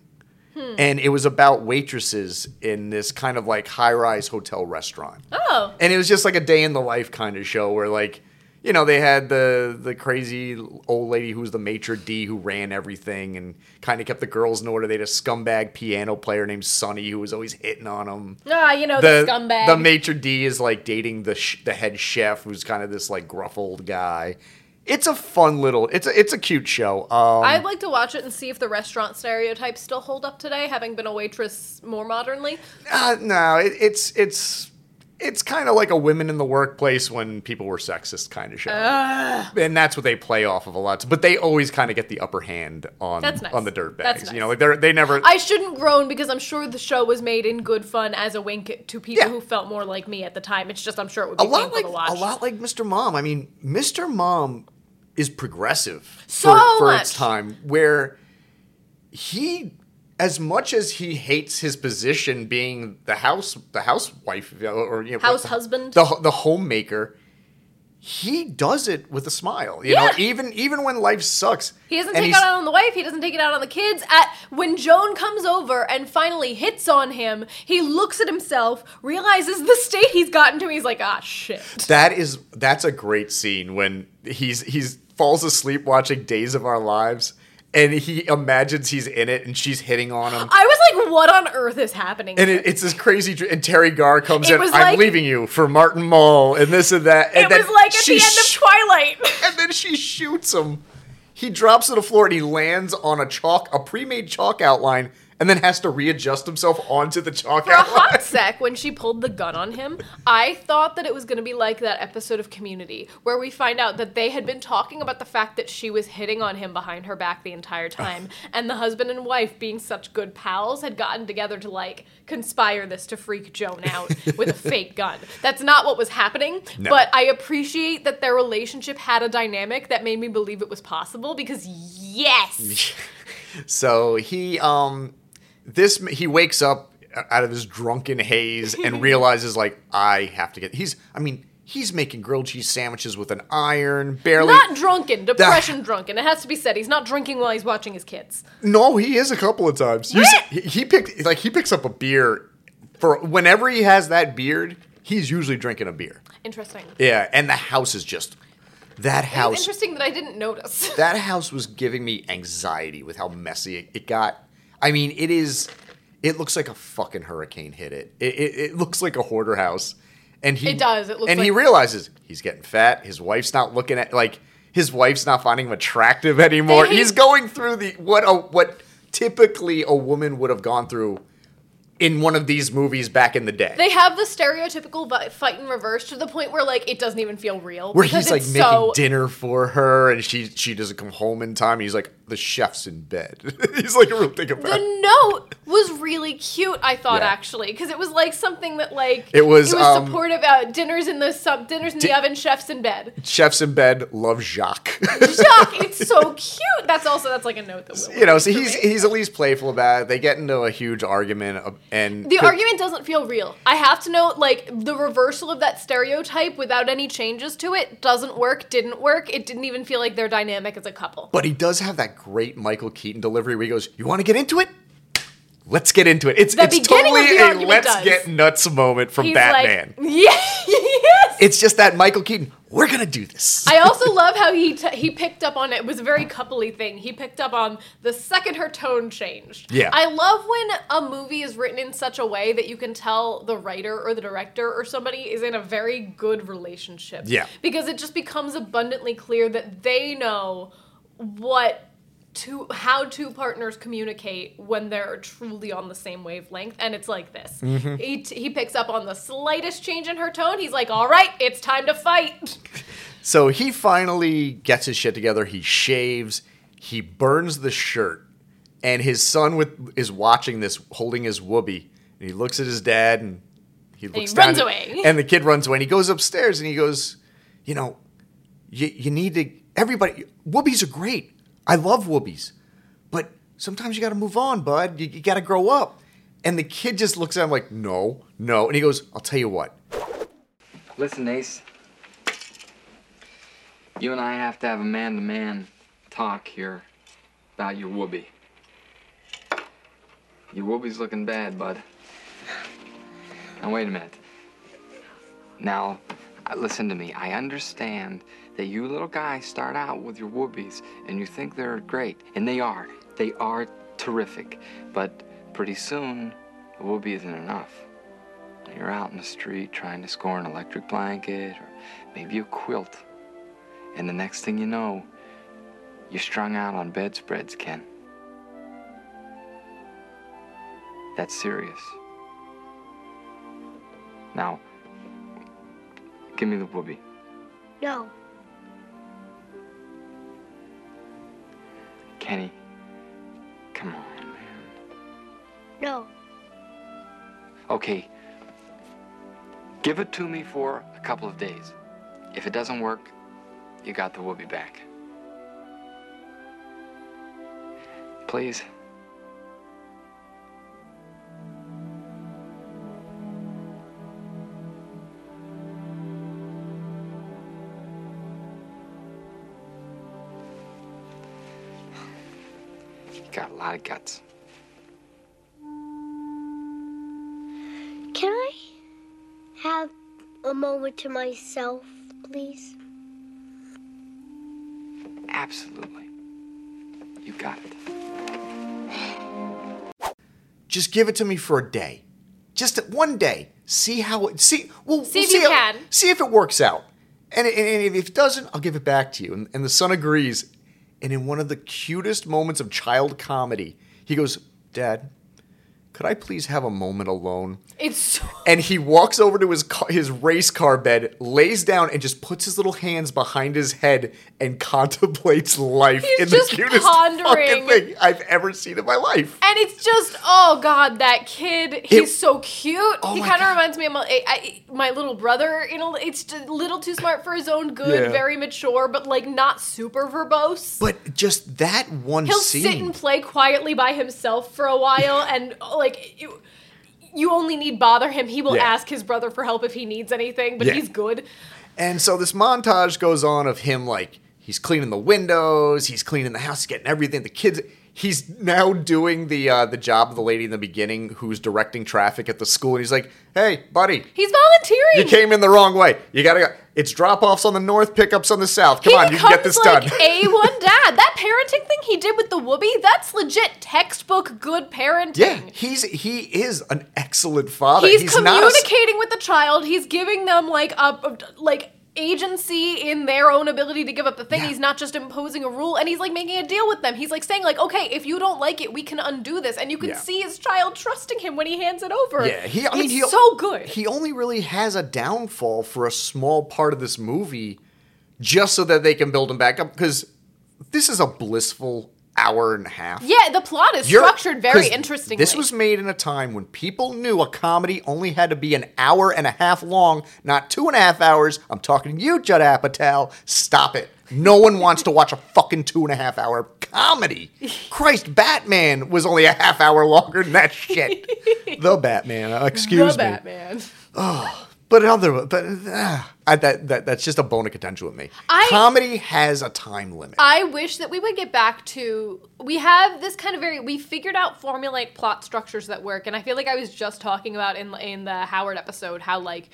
[SPEAKER 1] And it was about waitresses in this kind of like high rise hotel restaurant.
[SPEAKER 2] Oh.
[SPEAKER 1] And it was just like a day in the life kind of show where like, you know, they had the the crazy old lady who was the maitre d who ran everything and kind of kept the girls in order. They had a scumbag piano player named Sonny who was always hitting on them
[SPEAKER 2] Ah, you know, the,
[SPEAKER 1] the
[SPEAKER 2] scumbag.
[SPEAKER 1] the maitre d is like dating the sh- the head chef, who's kind of this like gruff old guy, It's a fun little. It's a, it's a cute show. Um,
[SPEAKER 2] I'd like to watch it and see if the restaurant stereotypes still hold up today, having been a waitress more modernly.
[SPEAKER 1] uh, no, it, it's it's it's kind of like a women in the workplace when people were sexist kind of show, and that's what they play off of a lot. But they always kind of get the upper hand on
[SPEAKER 2] That's nice.
[SPEAKER 1] on the dirtbags.
[SPEAKER 2] That's
[SPEAKER 1] You know,
[SPEAKER 2] nice.
[SPEAKER 1] like they're they never.
[SPEAKER 2] I shouldn't groan because I'm sure the show was made in good fun as a wink to people
[SPEAKER 1] Yeah.
[SPEAKER 2] who felt more like me at the time. It's just I'm sure it would
[SPEAKER 1] a
[SPEAKER 2] be
[SPEAKER 1] lot
[SPEAKER 2] painful
[SPEAKER 1] like
[SPEAKER 2] to watch.
[SPEAKER 1] a lot like Mr. Mom. I mean, Mr. Mom is progressive
[SPEAKER 2] So
[SPEAKER 1] for, for
[SPEAKER 2] much.
[SPEAKER 1] its time, where he, as much as he hates his position being the house, the housewife, you know, or you know,
[SPEAKER 2] House
[SPEAKER 1] the-
[SPEAKER 2] husband.
[SPEAKER 1] the the homemaker, he does it with a smile. You know,
[SPEAKER 2] Yeah.
[SPEAKER 1] even even when life sucks,
[SPEAKER 2] He doesn't
[SPEAKER 1] and
[SPEAKER 2] take it
[SPEAKER 1] he's-
[SPEAKER 2] out on the wife. He doesn't take it out on the kids. At when Joan comes over and finally hits on him, he looks at himself, realizes the state he's gotten to. He's like, ah, shit.
[SPEAKER 1] That is that's a great scene when he's he's falls asleep watching Days of Our Lives and he imagines he's in it and she's hitting on him.
[SPEAKER 2] I was like, what on earth is happening?
[SPEAKER 1] and it, it's this crazy. dr- And Terry Garr comes
[SPEAKER 2] It
[SPEAKER 1] in. I'm
[SPEAKER 2] was like-
[SPEAKER 1] leaving you for Martin Mull and this and that. And
[SPEAKER 2] It
[SPEAKER 1] then
[SPEAKER 2] was like at the
[SPEAKER 1] she
[SPEAKER 2] end of
[SPEAKER 1] sh-
[SPEAKER 2] Twilight.
[SPEAKER 1] and then she shoots him. He drops to the floor and he lands on a chalk, a pre-made chalk outline, and then has to readjust himself onto the chalk
[SPEAKER 2] For a
[SPEAKER 1] outline.
[SPEAKER 2] hot sec, when she pulled the gun on him, I thought that it was going to be like that episode of Community, where we find out that they had been talking about the fact that she was hitting on him behind her back the entire time, and the husband and wife, being such good pals, had gotten together to like conspire this to freak Joan out with a fake gun. That's not what was happening,
[SPEAKER 1] No.
[SPEAKER 2] but I appreciate that their relationship had a dynamic that made me believe it was possible because yes,
[SPEAKER 1] So he um this he wakes up out of his drunken haze and realizes like I have to get he's I mean he's making grilled cheese sandwiches with an iron barely
[SPEAKER 2] not drunken, depression drunken. It has to be said. He's not drinking while he's watching his kids.
[SPEAKER 1] No, he is a couple of times. You
[SPEAKER 2] What?
[SPEAKER 1] see- he he picked like he picks up a beer for whenever he has that beard, he's usually drinking a beer.
[SPEAKER 2] Interesting.
[SPEAKER 1] Yeah, and the house is just that
[SPEAKER 2] It's
[SPEAKER 1] house
[SPEAKER 2] interesting that I didn't notice.
[SPEAKER 1] that house was giving me anxiety with how messy it, it got. I mean, it is. It looks like a fucking hurricane hit it. It, it, it looks like a hoarder house, and he
[SPEAKER 2] It does. It looks
[SPEAKER 1] and he
[SPEAKER 2] like-
[SPEAKER 1] realizes he's getting fat. His wife's not looking at like his wife's not finding him attractive anymore.
[SPEAKER 2] They-
[SPEAKER 1] He's going through the what a what typically a woman would have gone through in one of these movies back in the day.
[SPEAKER 2] They have the stereotypical vi- fight in reverse to the point where like it doesn't even feel real.
[SPEAKER 1] where
[SPEAKER 2] because
[SPEAKER 1] he's like
[SPEAKER 2] it's
[SPEAKER 1] making
[SPEAKER 2] so-
[SPEAKER 1] dinner for her and she she doesn't come home in time. He's like the chef's in bed. he's like real think about. it.
[SPEAKER 2] The note was really cute. I thought
[SPEAKER 1] Yeah.
[SPEAKER 2] actually because it was like something that like
[SPEAKER 1] It was,
[SPEAKER 2] it was
[SPEAKER 1] um,
[SPEAKER 2] supportive. Uh, dinners in the sub dinners in
[SPEAKER 1] Di-
[SPEAKER 2] the oven, chefs in bed.
[SPEAKER 1] Chef's in bed, love Jacques.
[SPEAKER 2] Chuck, it's so cute. That's also that's like a note that will
[SPEAKER 1] you know, so
[SPEAKER 2] work for
[SPEAKER 1] he's
[SPEAKER 2] me.
[SPEAKER 1] he's at least playful about it. They get into a huge argument, uh, and
[SPEAKER 2] The
[SPEAKER 1] could-
[SPEAKER 2] argument doesn't feel real. I have to note, like, the reversal of that stereotype without any changes to it doesn't work, didn't work. It didn't even feel like their dynamic as a couple.
[SPEAKER 1] But he does have that great Michael Keaton delivery where he goes, "You want to get into it? Let's get into it." It's
[SPEAKER 2] The
[SPEAKER 1] it's
[SPEAKER 2] beginning of
[SPEAKER 1] totally
[SPEAKER 2] the
[SPEAKER 1] a
[SPEAKER 2] argument
[SPEAKER 1] let's
[SPEAKER 2] does.
[SPEAKER 1] get nuts moment from
[SPEAKER 2] He's
[SPEAKER 1] Batman.
[SPEAKER 2] like, yeah, yes.
[SPEAKER 1] it's just that Michael Keaton. We're gonna do this.
[SPEAKER 2] I also love how he t- he picked up on it. It was a very coupley thing. He picked up on the second her tone changed.
[SPEAKER 1] Yeah.
[SPEAKER 2] I love when a movie is written in such a way that you can tell the writer or the director or somebody is in a very good relationship.
[SPEAKER 1] Yeah.
[SPEAKER 2] Because it just becomes abundantly clear that they know what two how two partners communicate when they're truly on the same wavelength and it's like this
[SPEAKER 1] Mm-hmm.
[SPEAKER 2] he, t- he picks up on the slightest change in her tone he's like all right it's time to fight
[SPEAKER 1] So he finally gets his shit together. He shaves. He burns the shirt, and his son with is watching this, holding his whoopee, and he looks at his dad, and he looks down
[SPEAKER 2] runs
[SPEAKER 1] at-
[SPEAKER 2] away.
[SPEAKER 1] and the kid runs away, and he goes upstairs, and he goes, you know, you, you need to everybody. Whoopies are great. I love whoopies, but sometimes you got to move on, bud. You, you got to grow up. And the kid just looks at him like, no, no, and he goes, I'll tell you what.
[SPEAKER 5] Listen, Ace. You and I have to have a man to man talk here about your whoopee. Your whoopee's looking bad, bud. Now, wait a minute. Now, uh, listen to me. I understand that you little guys start out with your whoopies and you think they're great, and they are. They are terrific. But pretty soon, a whoopee isn't enough. You're out in the street trying to score an electric blanket or maybe a quilt. And the next thing you know, you're strung out on bedspreads, Ken. That's serious. Now, give me the whoopee.
[SPEAKER 6] No.
[SPEAKER 5] Kenny, come on, man.
[SPEAKER 6] No.
[SPEAKER 5] Okay, give it to me for a couple of days. If it doesn't work, you got the whoopee back. Please. You got a lot of guts.
[SPEAKER 6] Can I have a moment to myself, please?
[SPEAKER 5] Absolutely. You got it.
[SPEAKER 1] Just give it to me for a day, just one day. See how it see. Well,
[SPEAKER 2] See
[SPEAKER 1] we'll
[SPEAKER 2] if you
[SPEAKER 1] how-
[SPEAKER 2] can.
[SPEAKER 1] See if it works out. And, and, and if it doesn't, I'll give it back to you. And, and the son agrees. And in one of the cutest moments of child comedy, he goes, "Dad, could I please have a moment alone?"
[SPEAKER 2] It's so
[SPEAKER 1] and he walks over to his car, his race car bed, lays down, and just puts his little hands behind his head and contemplates life
[SPEAKER 2] He's
[SPEAKER 1] in the
[SPEAKER 2] just
[SPEAKER 1] cutest fucking
[SPEAKER 2] pondering.
[SPEAKER 1] thing I've ever seen in my life.
[SPEAKER 2] And it's just, oh god, that kid. He's so cute. he
[SPEAKER 1] Oh my
[SPEAKER 2] kind of
[SPEAKER 1] God.
[SPEAKER 2] reminds me of my, I, I- my little brother. You know, it's just a little too smart for his own good,
[SPEAKER 1] Yeah.
[SPEAKER 2] very mature, but like not super verbose.
[SPEAKER 1] But just that one
[SPEAKER 2] He'll
[SPEAKER 1] scene.
[SPEAKER 2] sit and play quietly by himself for a while, and oh, like you, you only need bother him. He will
[SPEAKER 1] Yeah.
[SPEAKER 2] ask his brother for help if he needs anything, but
[SPEAKER 1] Yeah.
[SPEAKER 2] he's good.
[SPEAKER 1] And so this montage goes on of him like he's cleaning the windows, he's cleaning the house, getting everything. The kids. He's now doing the uh, the job of the lady in the beginning who's directing traffic at the school, and he's like, "Hey, buddy,
[SPEAKER 2] He's volunteering.
[SPEAKER 1] you came in the wrong way. You gotta go. It's drop offs on the north, pickups on the south. Come
[SPEAKER 2] He
[SPEAKER 1] on, you can get this
[SPEAKER 2] becomes, like,
[SPEAKER 1] done.
[SPEAKER 2] A one dad. That parenting thing he did with the whoopee, that's legit textbook good parenting.
[SPEAKER 1] yeah, he's he is an excellent father.
[SPEAKER 2] he's,
[SPEAKER 1] not a s-
[SPEAKER 2] communicating with the child. He's giving them like a a- like agency in their own ability to give up the thing.
[SPEAKER 1] Yeah.
[SPEAKER 2] He's not just imposing a rule, and he's like making a deal with them. He's like saying like, okay, if you don't like it, we can undo this, and you can
[SPEAKER 1] Yeah.
[SPEAKER 2] see his child trusting him when he hands it over.
[SPEAKER 1] yeah, he. I mean,
[SPEAKER 2] it's
[SPEAKER 1] he,
[SPEAKER 2] so good.
[SPEAKER 1] He only really has a downfall for a small part of this movie, just so that they can build him back up. Because this is a blissful hour and a half.
[SPEAKER 2] yeah, the plot is
[SPEAKER 1] You're-
[SPEAKER 2] structured very
[SPEAKER 1] 'cause
[SPEAKER 2] interestingly.
[SPEAKER 1] This was made in a time when people knew a comedy only had to be an hour and a half long, not two and a half hours. I'm talking to you, Judd Apatow. Stop it. No one wants to watch a fucking two and a half hour comedy. Christ, Batman was only a half hour longer than that shit. the Batman, uh,
[SPEAKER 2] the
[SPEAKER 1] excuse me.
[SPEAKER 2] Batman.
[SPEAKER 1] But other, but uh, I, that, that that's just a bone of contention with me.
[SPEAKER 2] I-
[SPEAKER 1] comedy has a time limit.
[SPEAKER 2] I wish that we would get back to we have this kind of very we figured out formulaic plot structures that work, and I feel like I was just talking about in in the Howard episode how like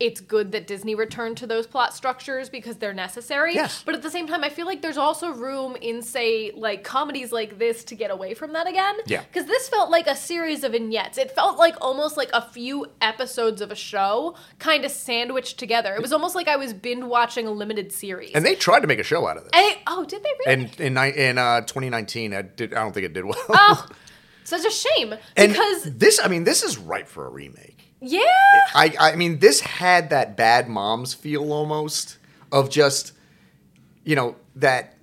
[SPEAKER 2] it's good that Disney returned to those plot structures because they're necessary.
[SPEAKER 1] Yes.
[SPEAKER 2] But at the same time, I feel like there's also room in say like comedies like this to get away from that again.
[SPEAKER 1] Yeah.
[SPEAKER 2] Because this felt like a series of vignettes. It felt like almost like a few episodes of a show kind of sandwiched together. It was almost like I was binge watching a limited series.
[SPEAKER 1] and they tried to make a show out of this.
[SPEAKER 2] And it- oh, did they really?
[SPEAKER 1] And in ni- in uh, 2019, I did. I don't think it did well.
[SPEAKER 2] Oh, such a shame.
[SPEAKER 1] and
[SPEAKER 2] because
[SPEAKER 1] this, I mean, this is ripe for a remake.
[SPEAKER 2] yeah,
[SPEAKER 1] I, I mean, this had that bad moms feel almost of just, you know, that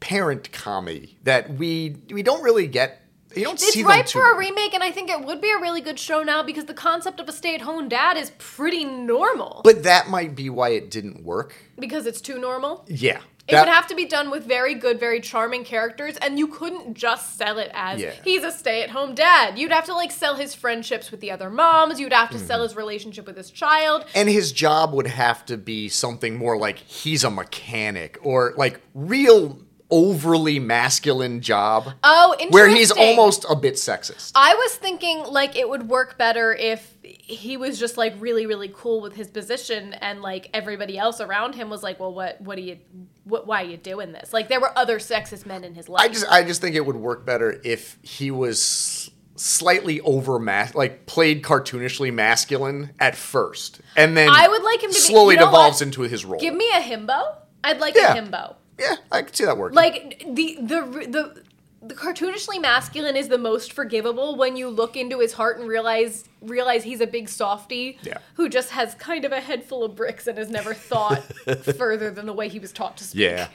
[SPEAKER 1] parent comedy that we we don't really get. You don't
[SPEAKER 2] it's
[SPEAKER 1] see them
[SPEAKER 2] ripe
[SPEAKER 1] too
[SPEAKER 2] for a
[SPEAKER 1] much.
[SPEAKER 2] remake, and I think it would be a really good show now because the concept of a stay-at-home dad is pretty normal.
[SPEAKER 1] But that might be why it didn't work.
[SPEAKER 2] because it's too normal.
[SPEAKER 1] Yeah,
[SPEAKER 2] It would have to be done with very good, very charming characters, and you couldn't just sell it as
[SPEAKER 1] Yeah.
[SPEAKER 2] he's a stay at home dad. You'd have to like sell his friendships with the other moms, you'd have to
[SPEAKER 1] Mm-hmm.
[SPEAKER 2] sell his relationship with his child.
[SPEAKER 1] and his job would have to be something more like he's a mechanic or like real overly masculine job
[SPEAKER 2] Oh, interesting.
[SPEAKER 1] where he's almost a bit sexist.
[SPEAKER 2] I was thinking like it would work better if he was just like really really cool with his position and like everybody else around him was like, "Well, what what are you what why are you doing this?" Like there were other sexist men in his life.
[SPEAKER 1] I just I just think it would work better if he was s- slightly over mas- like played cartoonishly masculine at first, and then
[SPEAKER 2] I would like him to be-
[SPEAKER 1] slowly
[SPEAKER 2] you know
[SPEAKER 1] devolves
[SPEAKER 2] what?
[SPEAKER 1] into his role.
[SPEAKER 2] Give me a himbo. I'd like
[SPEAKER 1] Yeah.
[SPEAKER 2] a himbo.
[SPEAKER 1] Yeah, I can see that working.
[SPEAKER 2] Like the the the the cartoonishly masculine is the most forgivable when you look into his heart and realize realize he's a big softy
[SPEAKER 1] Yeah.
[SPEAKER 2] who just has kind of a head full of bricks and has never thought further than the way he was taught to speak.
[SPEAKER 1] Yeah.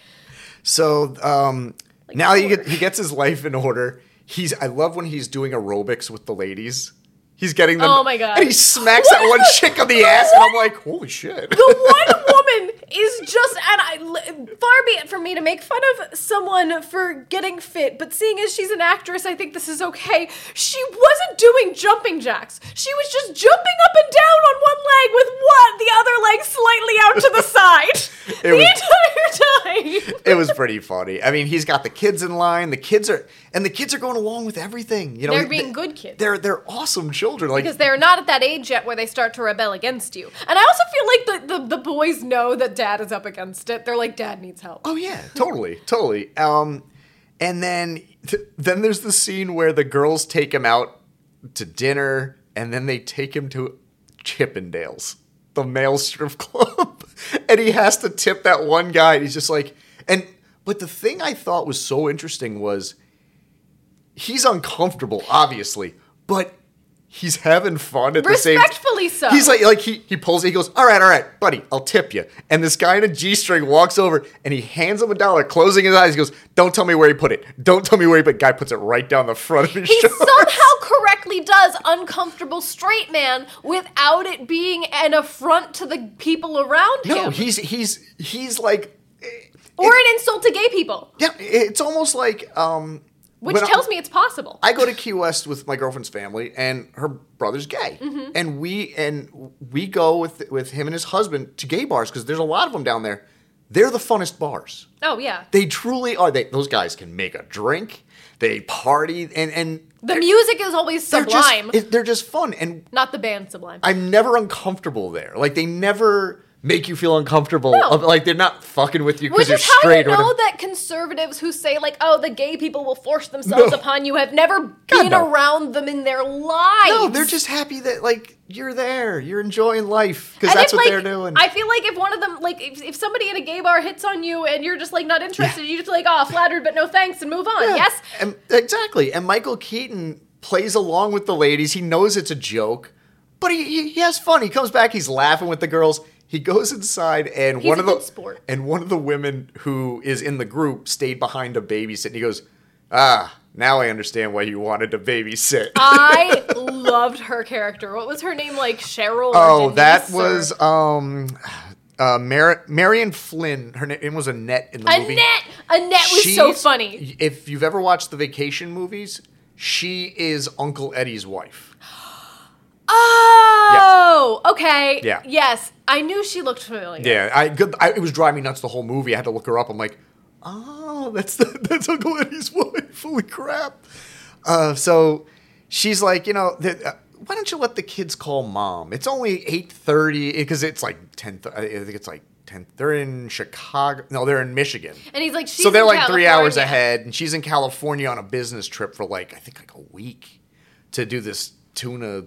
[SPEAKER 1] So um, now he,
[SPEAKER 2] order.
[SPEAKER 1] get, he gets his life in order. He's I love when he's doing aerobics with the ladies. He's getting them.
[SPEAKER 2] Oh my God.
[SPEAKER 1] And he smacks that
[SPEAKER 2] What
[SPEAKER 1] one
[SPEAKER 2] is the-
[SPEAKER 1] chick on the ass, and I'm like, holy shit.
[SPEAKER 2] The one woman is just, and I, far be it from me to make fun of someone for getting fit, but seeing as she's an actress, I think this is okay. She wasn't doing jumping jacks. She was just jumping up and down on one leg with what the other leg slightly out to the side
[SPEAKER 1] It
[SPEAKER 2] the
[SPEAKER 1] was-
[SPEAKER 2] entire time.
[SPEAKER 1] it was pretty funny. I mean, he's got the kids in line. The kids are and the kids are going along with everything. You know,
[SPEAKER 2] They're being good kids.
[SPEAKER 1] They're they're awesome children. Like
[SPEAKER 2] Because they're not at that age yet where they start to rebel against you. And I also feel like the, the, the boys know that dad is up against it. They're like, dad needs help.
[SPEAKER 1] Oh yeah, totally, totally. Um, and then then there's the scene where the girls take him out to dinner, and then they take him to Chippendales, the male strip club, and he has to tip that one guy. And he's just like, and but the thing I thought was so interesting was he's uncomfortable, obviously, but. He's having fun at the same
[SPEAKER 2] Respectfully so.
[SPEAKER 1] He's like like he he pulls it, he goes, All right, all right, buddy, I'll tip you. And this guy in a G string walks over and he hands him a dollar, closing his eyes. He goes, Don't tell me where he put it. Don't tell me where he put it. Guy puts it right down the front of his
[SPEAKER 2] He
[SPEAKER 1] shoulder.
[SPEAKER 2] somehow correctly does uncomfortable straight man without it being an affront to the people around
[SPEAKER 1] no,
[SPEAKER 2] him
[SPEAKER 1] he's he's he's like
[SPEAKER 2] or an insult to gay people,
[SPEAKER 1] yeah, it's almost like um
[SPEAKER 2] which
[SPEAKER 1] when I-
[SPEAKER 2] tells me it's possible.
[SPEAKER 1] I go to Key West with my girlfriend's family, and her brother's gay,
[SPEAKER 2] Mm-hmm.
[SPEAKER 1] and we and we go with with him and his husband to gay bars because there's a lot of them down there. They're the funnest bars.
[SPEAKER 2] oh yeah,
[SPEAKER 1] They truly are. They, those guys can make a drink. They party, and and
[SPEAKER 2] the music is always
[SPEAKER 1] they're
[SPEAKER 2] sublime,
[SPEAKER 1] just it- they're just fun. And
[SPEAKER 2] not the band sublime.
[SPEAKER 1] I'm never uncomfortable there. Like they never make you feel uncomfortable.
[SPEAKER 2] No.
[SPEAKER 1] Of- Like they're not fucking with you because
[SPEAKER 2] which
[SPEAKER 1] you're
[SPEAKER 2] is how you
[SPEAKER 1] straight. or
[SPEAKER 2] know
[SPEAKER 1] whatever.
[SPEAKER 2] that conservatives who say like, "Oh, the gay people will force themselves
[SPEAKER 1] No.
[SPEAKER 2] upon you," have never
[SPEAKER 1] God,
[SPEAKER 2] been
[SPEAKER 1] no.
[SPEAKER 2] around them in their lives.
[SPEAKER 1] no, they're just happy that like you're there. You're enjoying life because
[SPEAKER 2] And
[SPEAKER 1] that's
[SPEAKER 2] if,
[SPEAKER 1] what
[SPEAKER 2] like,
[SPEAKER 1] they're doing.
[SPEAKER 2] I feel like if one of them, like, if, if somebody at a gay bar hits on you and you're just like not interested,
[SPEAKER 1] Yeah.
[SPEAKER 2] you just like, oh, flattered, but no thanks, and move on.
[SPEAKER 1] Yeah.
[SPEAKER 2] Yes,
[SPEAKER 1] And, exactly. And Michael Keaton plays along with the ladies. He knows it's a joke, but he, he, he has fun. He comes back. He's laughing with the girls. He goes inside, and
[SPEAKER 2] He's
[SPEAKER 1] one
[SPEAKER 2] a
[SPEAKER 1] of the
[SPEAKER 2] good sport.
[SPEAKER 1] and one of the women who is in the group stayed behind to babysit. And he goes, "Ah, now I understand why you wanted to babysit."
[SPEAKER 2] Ah, I loved her character. What was her name? Like Cheryl? Or
[SPEAKER 1] oh,
[SPEAKER 2] Denise
[SPEAKER 1] that
[SPEAKER 2] or-
[SPEAKER 1] was um, uh, Mar- Marion Flynn. Her name was Annette in the movie.
[SPEAKER 2] Annette. Annette was so
[SPEAKER 1] She's-
[SPEAKER 2] funny.
[SPEAKER 1] If you've ever watched the vacation movies, she is Uncle Eddie's wife.
[SPEAKER 2] Oh, okay.
[SPEAKER 1] Yeah.
[SPEAKER 2] Yes, I knew she looked familiar.
[SPEAKER 1] Yeah, I good. I, it was driving me nuts the whole movie. I had to look her up. I'm like, oh, that's the, that's Uncle Eddie's wife. Holy crap! Uh, so she's like, you know, th- uh, why don't you let the kids call mom? It's only eight thirty because it's like ten. Th- I think it's like ten. They're in Chicago. No, they're in Michigan.
[SPEAKER 2] And he's like, she's
[SPEAKER 1] so they're
[SPEAKER 2] in
[SPEAKER 1] like three hours
[SPEAKER 2] California.
[SPEAKER 1] ahead, and she's in California on a business trip for like I think like a week to do this tuna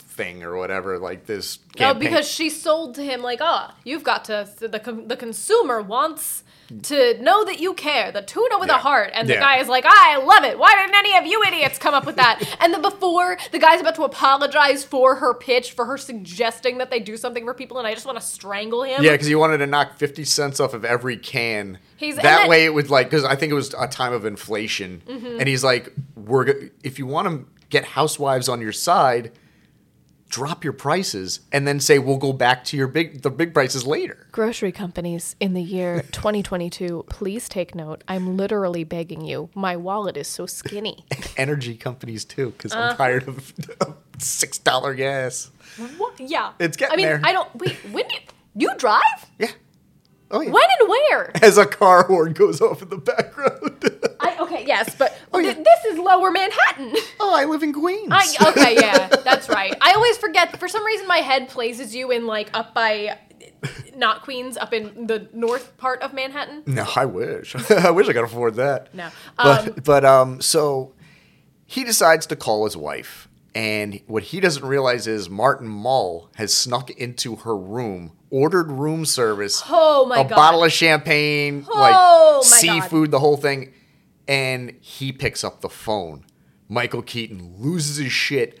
[SPEAKER 1] thing or whatever, like this.
[SPEAKER 2] Oh,
[SPEAKER 1] Campaign.
[SPEAKER 2] because she sold to him like, ah, you've got to. The con- the consumer wants to know that you care. The tuna with
[SPEAKER 1] Yeah.
[SPEAKER 2] a heart, and
[SPEAKER 1] Yeah.
[SPEAKER 2] the guy is like, I love it. Why didn't any of you idiots come up with that? and then before the guy's about to apologize for her pitch, for her suggesting that they do something for people, and I just want to strangle him.
[SPEAKER 1] Yeah, because he wanted to knock fifty cents off of every can.
[SPEAKER 2] He's-
[SPEAKER 1] that,
[SPEAKER 2] and that-
[SPEAKER 1] way it would like because I think it was a time of inflation,
[SPEAKER 2] Mm-hmm.
[SPEAKER 1] and he's like, "We're go- if you want to get housewives on your side, drop your prices, and then say we'll go back to your big the big prices later."
[SPEAKER 2] Grocery companies in the year 2022, please take note. I'm literally begging you. My wallet is so skinny.
[SPEAKER 1] Energy companies too, because
[SPEAKER 2] Uh-huh.
[SPEAKER 1] I'm tired of six dollar gas.
[SPEAKER 2] what? Yeah.
[SPEAKER 1] It's getting
[SPEAKER 2] I mean,
[SPEAKER 1] there.
[SPEAKER 2] I don't. Wait, when do you, you drive?
[SPEAKER 1] Yeah. Oh yeah.
[SPEAKER 2] When and where?
[SPEAKER 1] As a car horn goes off in the background.
[SPEAKER 2] I, okay, yes, but
[SPEAKER 1] Oh,
[SPEAKER 2] th-
[SPEAKER 1] yeah.
[SPEAKER 2] this is Lower Manhattan.
[SPEAKER 1] oh, I live in Queens.
[SPEAKER 2] I, okay, yeah, that's right. I always forget. For some reason, my head places you in like up by, not Queens, up in the north part of Manhattan.
[SPEAKER 1] No, I wish. I wish I could afford that.
[SPEAKER 2] No.
[SPEAKER 1] But
[SPEAKER 2] Um,
[SPEAKER 1] but um so he decides to call his wife And what he doesn't realize is Martin Mull has snuck into her room, ordered room service,
[SPEAKER 2] Oh my
[SPEAKER 1] a
[SPEAKER 2] God.
[SPEAKER 1] bottle of champagne,
[SPEAKER 2] Oh
[SPEAKER 1] like
[SPEAKER 2] my God.
[SPEAKER 1] seafood, the whole thing. And he picks up the phone. Michael Keaton loses his shit.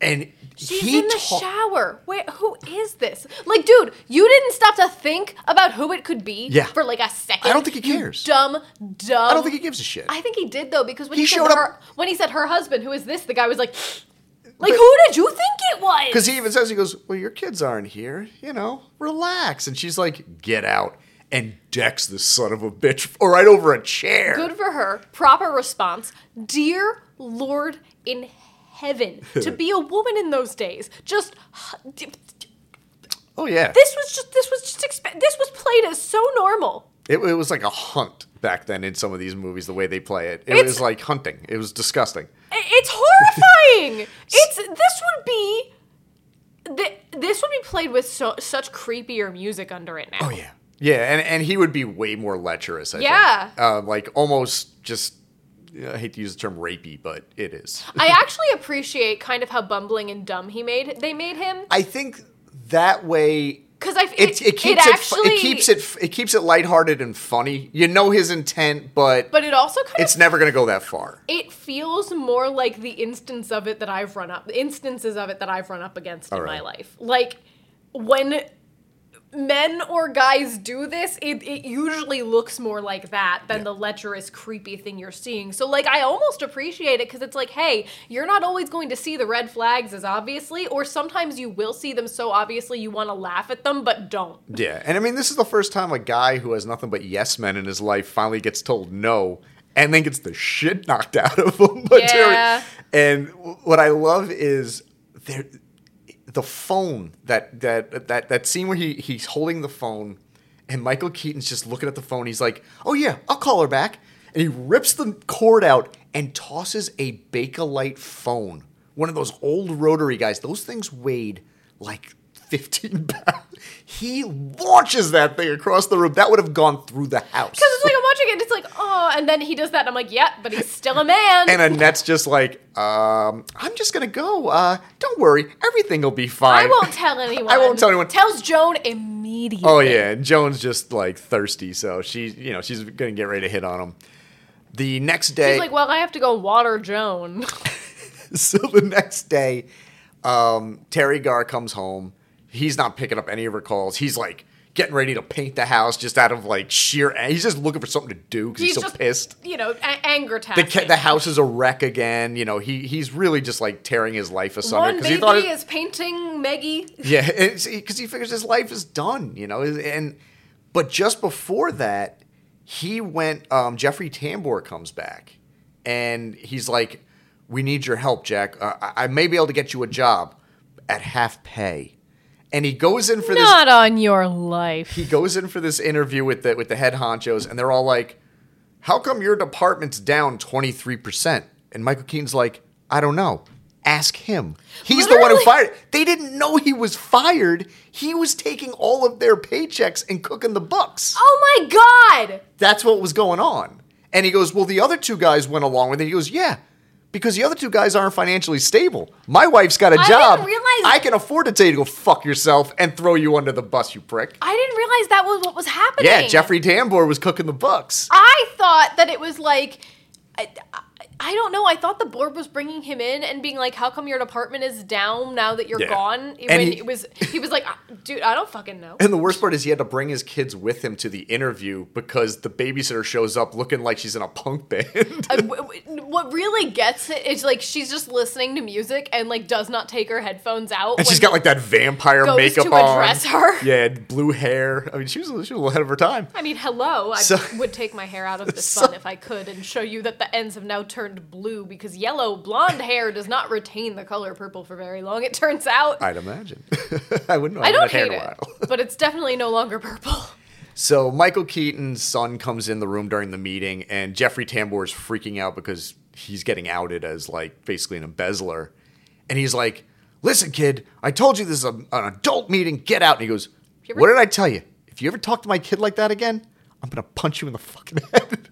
[SPEAKER 1] And
[SPEAKER 2] She's
[SPEAKER 1] he
[SPEAKER 2] in the
[SPEAKER 1] ta-
[SPEAKER 2] shower. Wait, who is this? Like, dude, you didn't stop to think about who it could be
[SPEAKER 1] Yeah.
[SPEAKER 2] for like a second.
[SPEAKER 1] I don't think he
[SPEAKER 2] You
[SPEAKER 1] cares.
[SPEAKER 2] dumb, dumb.
[SPEAKER 1] I don't think he gives a shit.
[SPEAKER 2] Oh. I think he did though because when
[SPEAKER 1] He
[SPEAKER 2] he, said
[SPEAKER 1] showed up-
[SPEAKER 2] her, when he said her husband, who is this? The guy was like, like who did you think it was?
[SPEAKER 1] Because he even says, he goes, Well, your kids aren't here. You know, relax. And she's like, Get out. And decks the son of a bitch right over a chair.
[SPEAKER 2] Good for her. Proper response. Dear Lord in heaven, to be a woman in those days, just
[SPEAKER 1] Oh, yeah.
[SPEAKER 2] this was just this was just expe- this was played as so normal.
[SPEAKER 1] It, it was like a hunt back then in some of these movies, the way they play it. It
[SPEAKER 2] It's-
[SPEAKER 1] was like hunting. It was disgusting.
[SPEAKER 2] I- It's horrifying. it's this would be thi- this would be played with so, such creepier music under it now.
[SPEAKER 1] Oh, yeah. Yeah, and, and he would be way more lecherous, I
[SPEAKER 2] Yeah.
[SPEAKER 1] think. Uh, like almost just, I hate to use the term rapey, but it is.
[SPEAKER 2] I actually appreciate kind of how bumbling and dumb he made they made him
[SPEAKER 1] I think that way
[SPEAKER 2] because I f-
[SPEAKER 1] it, it keeps it, fu-
[SPEAKER 2] actually
[SPEAKER 1] it keeps it f- it keeps it lighthearted and funny. You know his intent, but,
[SPEAKER 2] but it also kind
[SPEAKER 1] it's
[SPEAKER 2] of
[SPEAKER 1] never going to go that far.
[SPEAKER 2] it feels more like the instance of it that I've run up instances of it that I've run up against in my
[SPEAKER 1] right.
[SPEAKER 2] life. Like when men or guys do this, it, it usually looks more like that than the lecherous, creepy thing you're seeing. So like I almost appreciate it because it's like, hey, you're not always going to see the red flags as obviously, or sometimes you will see them so obviously you want to laugh at them, but don't.
[SPEAKER 1] Yeah, and I mean this is the first time a guy who has nothing but yes men in his life finally gets told no, and then gets the shit knocked out of him. But
[SPEAKER 2] Yeah.
[SPEAKER 1] and what I love is there, the phone that that that that scene where he he's holding the phone, and Michael Keaton's just looking at the phone. He's like, "Oh yeah, I'll call her back," and he rips the cord out and tosses a Bakelite phone, one of those old rotary guys. Those things weighed like. 15 pounds. He launches that thing across the room. That would have gone through the house.
[SPEAKER 2] Because it's like I'm watching it and it's like, oh, and then he does that and I'm like, yep, but he's still a man.
[SPEAKER 1] And Annette's just like, um, I'm just gonna go. Uh, don't worry, everything will be fine.
[SPEAKER 2] I won't tell anyone.
[SPEAKER 1] I won't tell anyone.
[SPEAKER 2] Tells Joan immediately.
[SPEAKER 1] oh yeah, and Joan's just like thirsty, so she, you know, she's gonna get ready to hit on him. The next day,
[SPEAKER 2] She's like, well, I have to go water Joan.
[SPEAKER 1] so the next day, um, Terry Gar comes home. He's not picking up any of her calls. He's like getting ready to paint the house just out of like sheer. a- He's just looking for something to do because he's, so pissed.
[SPEAKER 2] you know, a- anger
[SPEAKER 1] The,
[SPEAKER 2] tasking.
[SPEAKER 1] ca- the house is a wreck again. You know, he he's really just like tearing his life asunder
[SPEAKER 2] One
[SPEAKER 1] because
[SPEAKER 2] baby
[SPEAKER 1] he thought it,
[SPEAKER 2] is painting Meggie.
[SPEAKER 1] Yeah, because he figures his life is done, you know. And but just before that, he went. Um, Jeffrey Tambor comes back, and he's like, "We need your help, Jack. Uh, I, I may be able to get you a job at half pay." And he goes in for this
[SPEAKER 2] on your life.
[SPEAKER 1] he goes in for this interview with the with the head honchos, and they're all like, "How come your department's down twenty three percent?" And Michael Keaton's like, "I don't know. Ask him. He's the one who
[SPEAKER 2] Literally.
[SPEAKER 1] fired. They didn't know he was fired. He was taking all of their paychecks and cooking the bucks.
[SPEAKER 2] Oh my god!
[SPEAKER 1] That's what was going on." And he goes, "Well, the other two guys went along with it." He goes, "Yeah." Because the other two guys aren't financially stable. My wife's got a
[SPEAKER 2] I
[SPEAKER 1] job.
[SPEAKER 2] didn't realize-
[SPEAKER 1] I can afford to tell you to go fuck yourself and throw you under the bus, you prick.
[SPEAKER 2] I didn't realize that was what was happening.
[SPEAKER 1] Yeah, Jeffrey Tambor was cooking the books.
[SPEAKER 2] I thought that it was like. I, I- I don't know. I thought the board was bringing him in and being like, "How come your department is down now that you're
[SPEAKER 1] Yeah.
[SPEAKER 2] gone?"
[SPEAKER 1] And
[SPEAKER 2] when
[SPEAKER 1] he-
[SPEAKER 2] it was, he was like, "Uh, "Dude, I don't fucking know."
[SPEAKER 1] And the worst part is he had to bring his kids with him to the interview because the babysitter shows up looking like she's in a punk band.
[SPEAKER 2] I- Uh, w- w- what really gets it is like she's just listening to music and like does not take her headphones out.
[SPEAKER 1] and she's got like that vampire
[SPEAKER 2] goes
[SPEAKER 1] makeup
[SPEAKER 2] to
[SPEAKER 1] on.
[SPEAKER 2] address her.
[SPEAKER 1] Yeah, and blue hair. I mean, she was, she was a little ahead of her time.
[SPEAKER 2] I mean, hello. I
[SPEAKER 1] So-
[SPEAKER 2] would take my hair out of the
[SPEAKER 1] So-
[SPEAKER 2] sun if I could and show you that the ends have now turned blue because yellow blonde hair does not retain the color purple for very long. It turns out. I,
[SPEAKER 1] I'd imagine. I wouldn't know. I
[SPEAKER 2] don't
[SPEAKER 1] hair
[SPEAKER 2] hate
[SPEAKER 1] in a
[SPEAKER 2] it,
[SPEAKER 1] while.
[SPEAKER 2] but it's definitely no longer purple.
[SPEAKER 1] So Michael Keaton's son comes in the room during the meeting, and Jeffrey Tambor is freaking out because he's getting outed as like basically an embezzler, and he's like, "Listen, kid, I told you this is a, an adult meeting. Get out." And he goes,
[SPEAKER 2] ever-
[SPEAKER 1] "What did I tell you? If you ever talk to my kid like that again, I'm gonna punch you in the fucking head."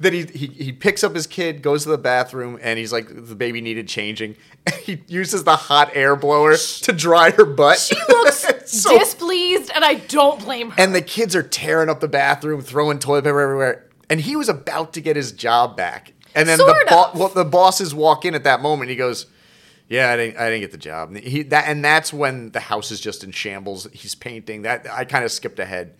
[SPEAKER 1] Then he, he he picks up his kid, goes to the bathroom, and he's like, the baby needed changing. he uses the hot air blower to dry her butt.
[SPEAKER 2] She looks
[SPEAKER 1] So-
[SPEAKER 2] displeased, and I don't blame her.
[SPEAKER 1] and the kids are tearing up the bathroom, throwing toilet paper everywhere. And he was about to get his job back, and then
[SPEAKER 2] Sort
[SPEAKER 1] the bo-
[SPEAKER 2] of.
[SPEAKER 1] well, the bosses walk in at that moment. He goes, "Yeah, I didn't, I didn't get the job." And he that, and that's when the house is just in shambles. He's painting. That I kind of skipped ahead.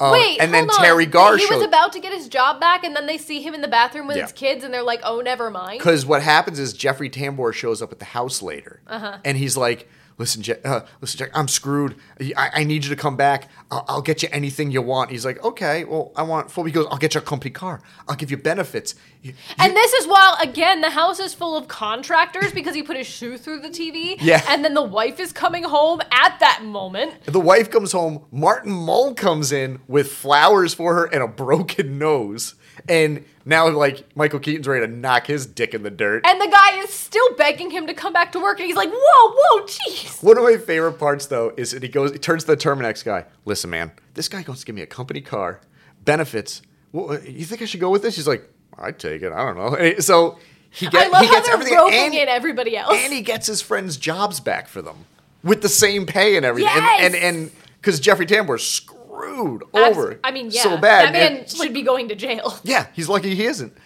[SPEAKER 1] Uh,
[SPEAKER 2] Wait,
[SPEAKER 1] and then
[SPEAKER 2] hold on.
[SPEAKER 1] Terry Gar
[SPEAKER 2] He was
[SPEAKER 1] showed-
[SPEAKER 2] about to get his job back, and then they see him in the bathroom with
[SPEAKER 1] Yeah.
[SPEAKER 2] his kids, and they're like, "Oh, never mind."
[SPEAKER 1] Because what happens is Jeffrey Tambor shows up at the house later, and he's like, "Listen, Je- uh, listen, Jack, I'm screwed. I-, I need you to come back. I'll-, I'll get you anything you want." He's like, "Okay, well, I want full." He goes, "I'll get you a company car. I'll give you benefits." You-
[SPEAKER 2] And this is while again the house is full of contractors because he put his shoe through the TV.
[SPEAKER 1] Yeah.
[SPEAKER 2] And then the wife is coming home at that moment.
[SPEAKER 1] the wife comes home. Martin Mull comes in with flowers for her and a broken nose, and now like Michael Keaton's ready to knock his dick in the dirt.
[SPEAKER 2] And the guy is still begging him to come back to work, and he's like, "Whoa, whoa, jeez."
[SPEAKER 1] One of my favorite parts, though, is that he goes, he turns to the Terminex guy. Listen, man, this guy goes to give me a company car, benefits. Well, uh, you think I should go with this? He's like, I take it. I don't know. And so he, get,
[SPEAKER 2] I love
[SPEAKER 1] he
[SPEAKER 2] how
[SPEAKER 1] gets
[SPEAKER 2] they're
[SPEAKER 1] everything,
[SPEAKER 2] roping
[SPEAKER 1] and,
[SPEAKER 2] in everybody else.
[SPEAKER 1] and he gets his friends' jobs back for them with the same pay and everything.
[SPEAKER 2] Yes!
[SPEAKER 1] And and because Jeffrey Tambor's screwed
[SPEAKER 2] Abs-
[SPEAKER 1] over.
[SPEAKER 2] I mean, yeah.
[SPEAKER 1] so bad.
[SPEAKER 2] That man
[SPEAKER 1] and-
[SPEAKER 2] should be going to jail.
[SPEAKER 1] yeah, he's lucky he isn't.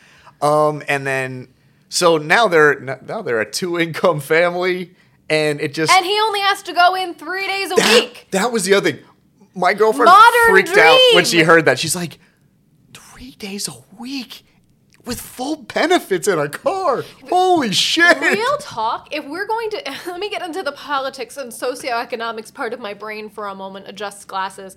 [SPEAKER 1] Um, and then so now they're now they're a two income family, and it just
[SPEAKER 2] And he only has to go in three days a week.
[SPEAKER 1] that was the other thing. My girlfriend
[SPEAKER 2] Modern
[SPEAKER 1] freaked out when
[SPEAKER 2] dream.
[SPEAKER 1] she heard that. She's like, three days a week with full benefits in a car. Holy shit.
[SPEAKER 2] Real talk, if we're going to let me get into the politics and socioeconomics part of my brain for a moment, adjust glasses.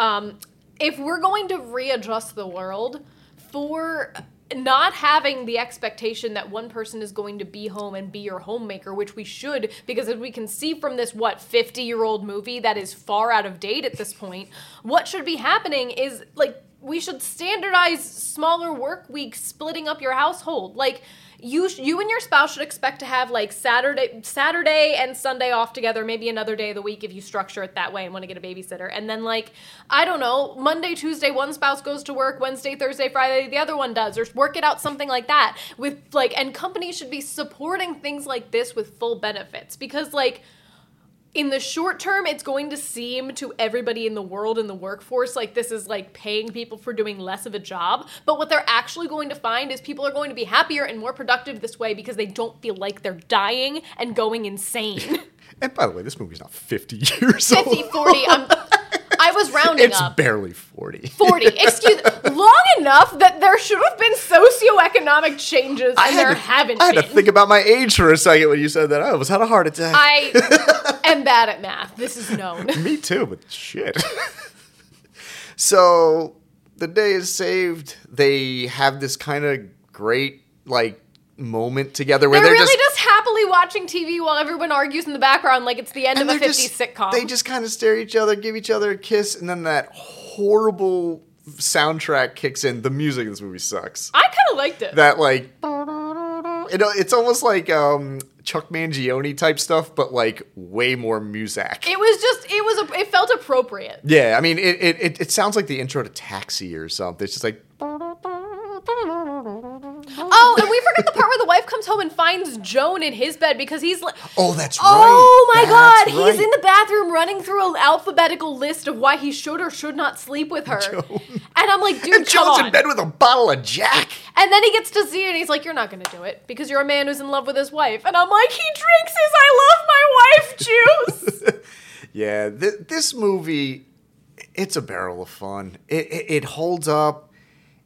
[SPEAKER 2] um, if we're going to readjust the world for not having the expectation that one person is going to be home and be your homemaker, which we should, because as we can see from this, what, 50 year old movie that is far out of date at this point, what should be happening is like we should standardize smaller work weeks splitting up your household like you sh- you and your spouse should expect to have like saturday saturday and sunday off together maybe another day of the week if you structure it that way and want to get a babysitter and then like i don't know monday tuesday one spouse goes to work wednesday thursday friday the other one does or work it out something like that with like and companies should be supporting things like this with full benefits because like in the short term, it's going to seem to everybody in the world in the workforce like this is like paying people for doing less of a job. But what they're actually going to find is people are going to be happier and more productive this way because they don't feel like they're dying and going insane.
[SPEAKER 1] And by the way, this movie's not 50 years
[SPEAKER 2] 50,
[SPEAKER 1] old.
[SPEAKER 2] 40, I'm, I was rounding
[SPEAKER 1] It's
[SPEAKER 2] up.
[SPEAKER 1] barely 40.
[SPEAKER 2] 40. Excuse long enough that there should have been socioeconomic changes and
[SPEAKER 1] had
[SPEAKER 2] there
[SPEAKER 1] to-
[SPEAKER 2] haven't
[SPEAKER 1] I had
[SPEAKER 2] been.
[SPEAKER 1] to think about my age for a second when you said that. I almost had a heart attack.
[SPEAKER 2] I am bad at math. This is known.
[SPEAKER 1] Me too, but shit. so the day is saved. They have this kind of great, like, moment together where
[SPEAKER 2] They're,
[SPEAKER 1] they're,
[SPEAKER 2] really
[SPEAKER 1] just
[SPEAKER 2] just, happily watching TV while everyone argues in the background like it's the end of a 50s
[SPEAKER 1] they're just-
[SPEAKER 2] sitcom.
[SPEAKER 1] They just kind of stare at each other, give each other a kiss, and then that horrible soundtrack kicks in. The music in this movie sucks.
[SPEAKER 2] I kind of liked it.
[SPEAKER 1] That like, you know, it's almost like um, Chuck Mangione type stuff, but like way more muzak.
[SPEAKER 2] it was just it was a, it felt appropriate.
[SPEAKER 1] yeah, I mean, it, it it it sounds like the intro to Taxi or something. It's just like
[SPEAKER 2] Oh, and we forgot the part where the wife comes home and finds Joan in his bed because he's like
[SPEAKER 1] Oh, that's
[SPEAKER 2] Oh
[SPEAKER 1] right.
[SPEAKER 2] my
[SPEAKER 1] That's
[SPEAKER 2] god, he's
[SPEAKER 1] right.
[SPEAKER 2] in the bathroom running through an alphabetical list of why he should or should not sleep with her. And I'm like, dude,
[SPEAKER 1] And
[SPEAKER 2] come
[SPEAKER 1] Joe's
[SPEAKER 2] on.
[SPEAKER 1] in bed with a bottle of Jack.
[SPEAKER 2] And then he gets to see it and he's like, You're not gonna do it because you're a man who's in love with his wife. And I'm like, he drinks his I love my wife juice.
[SPEAKER 1] Yeah, th- this movie, it's a barrel of fun. It, it, it holds up.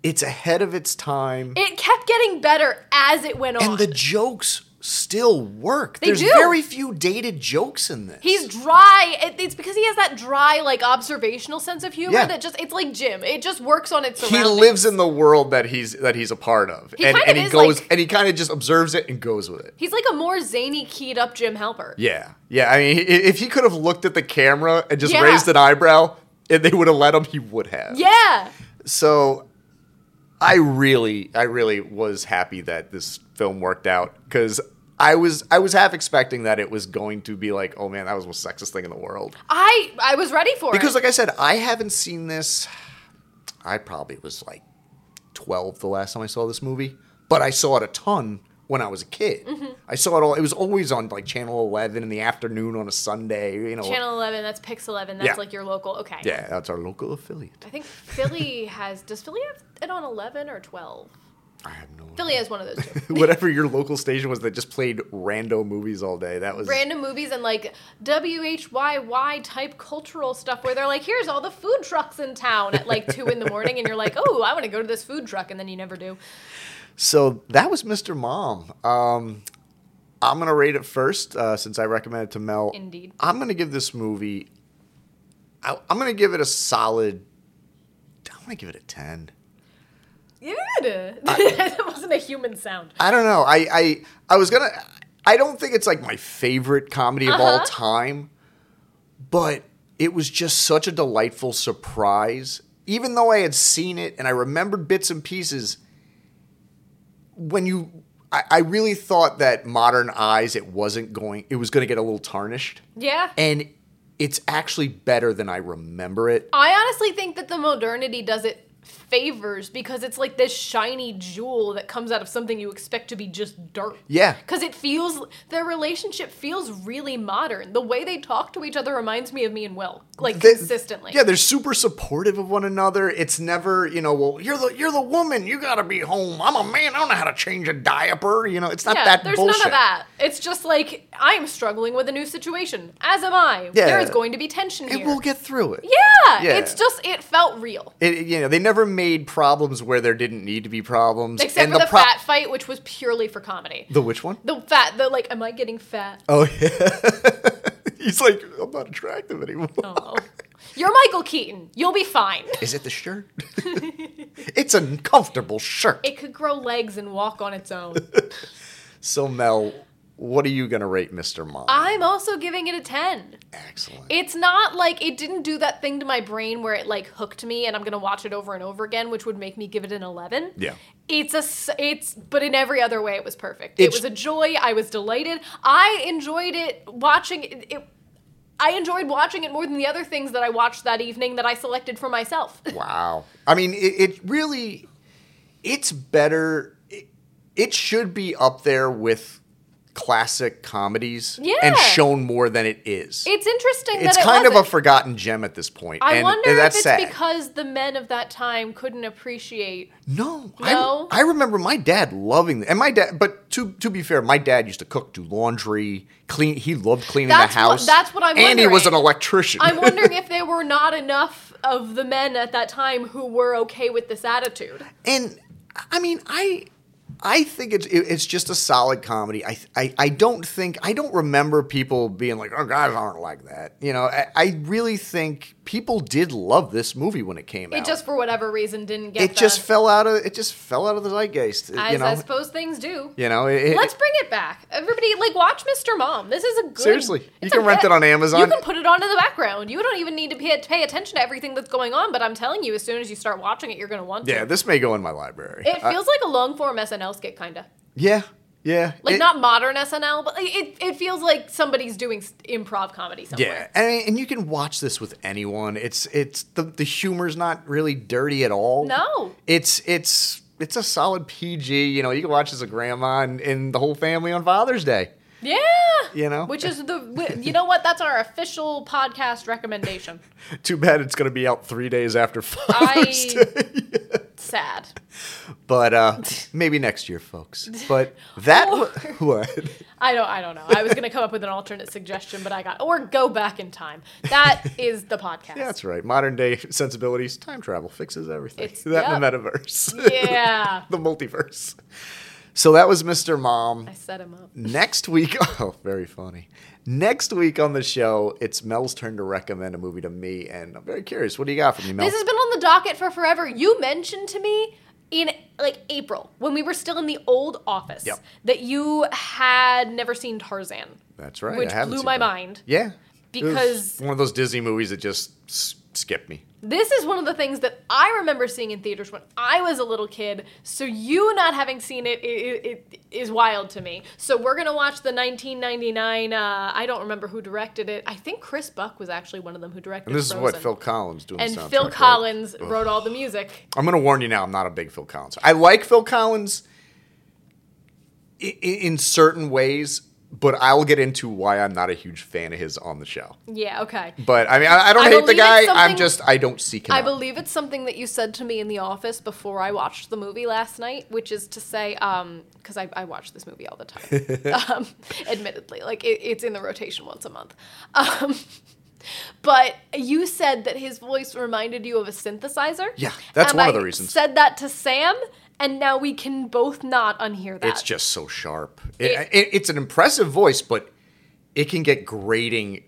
[SPEAKER 1] It's ahead of its time,
[SPEAKER 2] It kept getting better as it went on.
[SPEAKER 1] and the jokes still work.
[SPEAKER 2] They
[SPEAKER 1] There's
[SPEAKER 2] do.
[SPEAKER 1] very few dated jokes in this.
[SPEAKER 2] He's dry. It, it's because he has that dry, like observational sense of humor
[SPEAKER 1] Yeah.
[SPEAKER 2] that just it's like Jim. It just works on its.
[SPEAKER 1] he
[SPEAKER 2] surroundings.
[SPEAKER 1] lives in the world that he's that he's a part of,
[SPEAKER 2] He
[SPEAKER 1] and
[SPEAKER 2] kind
[SPEAKER 1] and
[SPEAKER 2] of
[SPEAKER 1] he
[SPEAKER 2] is
[SPEAKER 1] goes
[SPEAKER 2] like-
[SPEAKER 1] and he kind of just observes it and goes with it.
[SPEAKER 2] He's like a more zany, keyed up Jim Halper.
[SPEAKER 1] Yeah, yeah. I mean, i- if he could have looked at the camera and just
[SPEAKER 2] Yeah.
[SPEAKER 1] raised an eyebrow, and they would have let him, he would have.
[SPEAKER 2] Yeah.
[SPEAKER 1] so I really, I really was happy that this film worked out because I was, I was half expecting that it was going to be like, oh man, that was the most sexist thing in the world.
[SPEAKER 2] I I was ready for
[SPEAKER 1] Because,
[SPEAKER 2] it.
[SPEAKER 1] like I said, I haven't seen this. I probably was like 12 the last time I saw this movie, but I saw it a ton when I was a kid. I saw it all. It was always on like Channel 11 in the afternoon on a Sunday. You know,
[SPEAKER 2] Channel 11, that's Pix 11, that's
[SPEAKER 1] Yeah.
[SPEAKER 2] like your local. Okay.
[SPEAKER 1] yeah, that's our local affiliate.
[SPEAKER 2] I think Philly has. Does Philly have it on 11 or 12?
[SPEAKER 1] I have no. idea.
[SPEAKER 2] Philly has one of those two.
[SPEAKER 1] Whatever your local station was that just played rando movies all day. That was
[SPEAKER 2] Random movies and like WHYY type cultural stuff where they're like, here's all the food trucks in town at like 2 in the morning, and you're like, oh, I want to go to this food truck, and then you never do.
[SPEAKER 1] So that was Mr. Mom. Um, I'm gonna rate it first uh, since I recommended it to Mel.
[SPEAKER 2] Indeed.
[SPEAKER 1] I'm gonna give this movie. I, I'm gonna give it a solid. I'm gonna give it a ten.
[SPEAKER 2] Yeah. that wasn't a human sound.
[SPEAKER 1] I don't know. I I I was gonna. I don't think it's like my favorite comedy of all time, but it was just such a delightful surprise. Even though I had seen it and I remembered bits and pieces, when you, I, I really thought that modern eyes, it wasn't going. It was going to get a little tarnished,
[SPEAKER 2] Yeah.
[SPEAKER 1] and it's actually better than I remember it.
[SPEAKER 2] I honestly think that the modernity does it favors because it's like this shiny jewel that comes out of something you expect to be just dirt.
[SPEAKER 1] Yeah.
[SPEAKER 2] Because it feels, their relationship feels really modern. The way they talk to each other reminds me of me and Will, like
[SPEAKER 1] they-
[SPEAKER 2] consistently.
[SPEAKER 1] Yeah, they're super supportive of one another. It's never, you know, well, you're the you're the woman, you gotta be home. I'm a man, I don't know how to change a diaper. You know, it's not
[SPEAKER 2] Yeah,
[SPEAKER 1] that
[SPEAKER 2] there's
[SPEAKER 1] bullshit.
[SPEAKER 2] none of that. It's just like I'm struggling with a new situation, as am I.
[SPEAKER 1] Yeah.
[SPEAKER 2] There is going to be tension
[SPEAKER 1] And
[SPEAKER 2] here.
[SPEAKER 1] we'll get through it.
[SPEAKER 2] yeah,
[SPEAKER 1] Yeah.
[SPEAKER 2] it's just it felt real,
[SPEAKER 1] It, you know, they never made problems where there didn't need to be problems.
[SPEAKER 2] except
[SPEAKER 1] and
[SPEAKER 2] for the,
[SPEAKER 1] pro-
[SPEAKER 2] fat fight, which was purely for comedy.
[SPEAKER 1] The which one?
[SPEAKER 2] The fat, the like, am I getting fat?
[SPEAKER 1] Oh yeah. He's like, I'm not attractive anymore.
[SPEAKER 2] Oh. You're Michael Keaton. You'll be fine.
[SPEAKER 1] Is it the shirt? it's a comfortable shirt.
[SPEAKER 2] It could grow legs and walk on its own.
[SPEAKER 1] so Mel, what are you gonna rate Mr. Mom?
[SPEAKER 2] I'm also giving it a 10.
[SPEAKER 1] Excellent.
[SPEAKER 2] It's not like it didn't do that thing to my brain where it like hooked me and I'm going to watch it over and over again, which would make me give it an 11.
[SPEAKER 1] Yeah.
[SPEAKER 2] It's a s- it's but in every other way it was perfect.
[SPEAKER 1] It's-
[SPEAKER 2] it was a joy. I was delighted. I enjoyed it watching it, it I enjoyed watching it more than the other things that I watched that evening that I selected for myself.
[SPEAKER 1] Wow. I mean, it, it really, it's better. It, it should be up there with classic comedies
[SPEAKER 2] Yeah.
[SPEAKER 1] and shown more than it is.
[SPEAKER 2] It's interesting
[SPEAKER 1] it's
[SPEAKER 2] that it
[SPEAKER 1] kind of
[SPEAKER 2] wasn't.
[SPEAKER 1] a forgotten gem at this point.
[SPEAKER 2] I
[SPEAKER 1] and,
[SPEAKER 2] wonder
[SPEAKER 1] and that's
[SPEAKER 2] if it's
[SPEAKER 1] sad.
[SPEAKER 2] because the men of that time couldn't appreciate.
[SPEAKER 1] no, I-
[SPEAKER 2] No?
[SPEAKER 1] I, remember my dad loving it. And my dad, but to to be fair, my dad used to cook, do laundry, clean. He loved cleaning
[SPEAKER 2] That's
[SPEAKER 1] the
[SPEAKER 2] what-
[SPEAKER 1] house.
[SPEAKER 2] that's what I'm
[SPEAKER 1] And he was an
[SPEAKER 2] wondering.
[SPEAKER 1] electrician.
[SPEAKER 2] I'm wondering if there were not enough of the men at that time who were okay with this attitude.
[SPEAKER 1] and I mean, I I think it's it- it's just a solid comedy. I I, I don't think I don't remember people being like, oh, guys aren't like that. You know, I, I really think people did love this movie when it came out.
[SPEAKER 2] It just, for whatever reason, didn't get.
[SPEAKER 1] it
[SPEAKER 2] the,
[SPEAKER 1] just fell out of it just fell out of the zeitgeist.
[SPEAKER 2] as
[SPEAKER 1] you know,
[SPEAKER 2] I suppose things do.
[SPEAKER 1] you know. It,
[SPEAKER 2] Let's bring it back, everybody. Like, watch Mr. Mom. This is a good.
[SPEAKER 1] Seriously, you
[SPEAKER 2] it's
[SPEAKER 1] can
[SPEAKER 2] a
[SPEAKER 1] rent
[SPEAKER 2] good-
[SPEAKER 1] it on Amazon.
[SPEAKER 2] You can put it onto the background. You don't even need to pay, pay attention to everything that's going on. But I'm telling you, as soon as you start watching it, you're going to want to.
[SPEAKER 1] yeah, this may go in my library.
[SPEAKER 2] It
[SPEAKER 1] I-
[SPEAKER 2] feels like a long form SNL skit, kinda.
[SPEAKER 1] yeah, yeah.
[SPEAKER 2] Like
[SPEAKER 1] it-
[SPEAKER 2] not modern SNL, but like, it it feels like somebody's doing s- improv comedy
[SPEAKER 1] Yeah,
[SPEAKER 2] somewhere.
[SPEAKER 1] and, and you can watch this with anyone. It's it's the the humor's not really dirty at all.
[SPEAKER 2] No.
[SPEAKER 1] it's it's it's a solid PG. You know, you can watch this with grandma and, and the whole family on Father's Day.
[SPEAKER 2] Yeah.
[SPEAKER 1] You know?
[SPEAKER 2] Which is the wi- you know what? That's our official podcast recommendation.
[SPEAKER 1] Too bad it's gonna be out three days after Father's
[SPEAKER 2] I
[SPEAKER 1] Day,
[SPEAKER 2] sad.
[SPEAKER 1] but uh, maybe next year, folks. But that wa- what
[SPEAKER 2] I don't I don't know. I was gonna come up with an alternate suggestion, but I got or go back in time. That is the podcast.
[SPEAKER 1] yeah, that's right. Modern day sensibilities, time travel fixes everything.
[SPEAKER 2] It's-
[SPEAKER 1] that and the
[SPEAKER 2] yep.
[SPEAKER 1] metaverse,
[SPEAKER 2] Yeah.
[SPEAKER 1] the multiverse. So that was Mr. Mom.
[SPEAKER 2] I set him up.
[SPEAKER 1] next week oh very funny next week on the show it's mel's turn to recommend a movie to me and i'm very curious what do you got for me mel
[SPEAKER 2] This has been on the docket for forever. You mentioned to me in like April when we were still in the old office
[SPEAKER 1] Yep.
[SPEAKER 2] that you had never seen Tarzan.
[SPEAKER 1] that's right I
[SPEAKER 2] which
[SPEAKER 1] haven't
[SPEAKER 2] blew
[SPEAKER 1] seen
[SPEAKER 2] my
[SPEAKER 1] that.
[SPEAKER 2] mind.
[SPEAKER 1] yeah It was
[SPEAKER 2] Because-
[SPEAKER 1] one of those disney movies that just s- skip me.
[SPEAKER 2] This is one of the things that I remember seeing in theaters when I was a little kid. So you not having seen it, it, it, it is wild to me. So we're gonna watch the 1999. Uh, I don't remember who directed it. I think Chris Buck was actually one of them who directed.
[SPEAKER 1] And this is what
[SPEAKER 2] Frozen.
[SPEAKER 1] Phil Collins doing. the
[SPEAKER 2] and
[SPEAKER 1] soundtrack,
[SPEAKER 2] Phil
[SPEAKER 1] right?
[SPEAKER 2] Collins
[SPEAKER 1] Ugh.
[SPEAKER 2] wrote all the music.
[SPEAKER 1] I'm gonna warn you now. I'm not a big Phil Collins. I like Phil Collins i- i- in certain ways, but I'll get into why I'm not a huge fan of his on the show.
[SPEAKER 2] Yeah. Okay.
[SPEAKER 1] But I mean, I, I don't
[SPEAKER 2] I
[SPEAKER 1] hate the
[SPEAKER 2] believe it's
[SPEAKER 1] guy. I'm
[SPEAKER 2] something-
[SPEAKER 1] just I don't seek him.
[SPEAKER 2] I
[SPEAKER 1] out.
[SPEAKER 2] believe it's something that you said to me in the office before I watched the movie last night, which is to say, because I, I watch this movie all the time, um, admittedly, like it, it's in the rotation once a month. Um, but you said that his voice reminded you of a synthesizer.
[SPEAKER 1] Yeah, that's
[SPEAKER 2] And
[SPEAKER 1] one of the
[SPEAKER 2] I
[SPEAKER 1] reasons.
[SPEAKER 2] Said that to Sam, and now we can both not unhear that.
[SPEAKER 1] It's just so sharp. It,
[SPEAKER 2] It-
[SPEAKER 1] it- it's an impressive voice, but it can get grating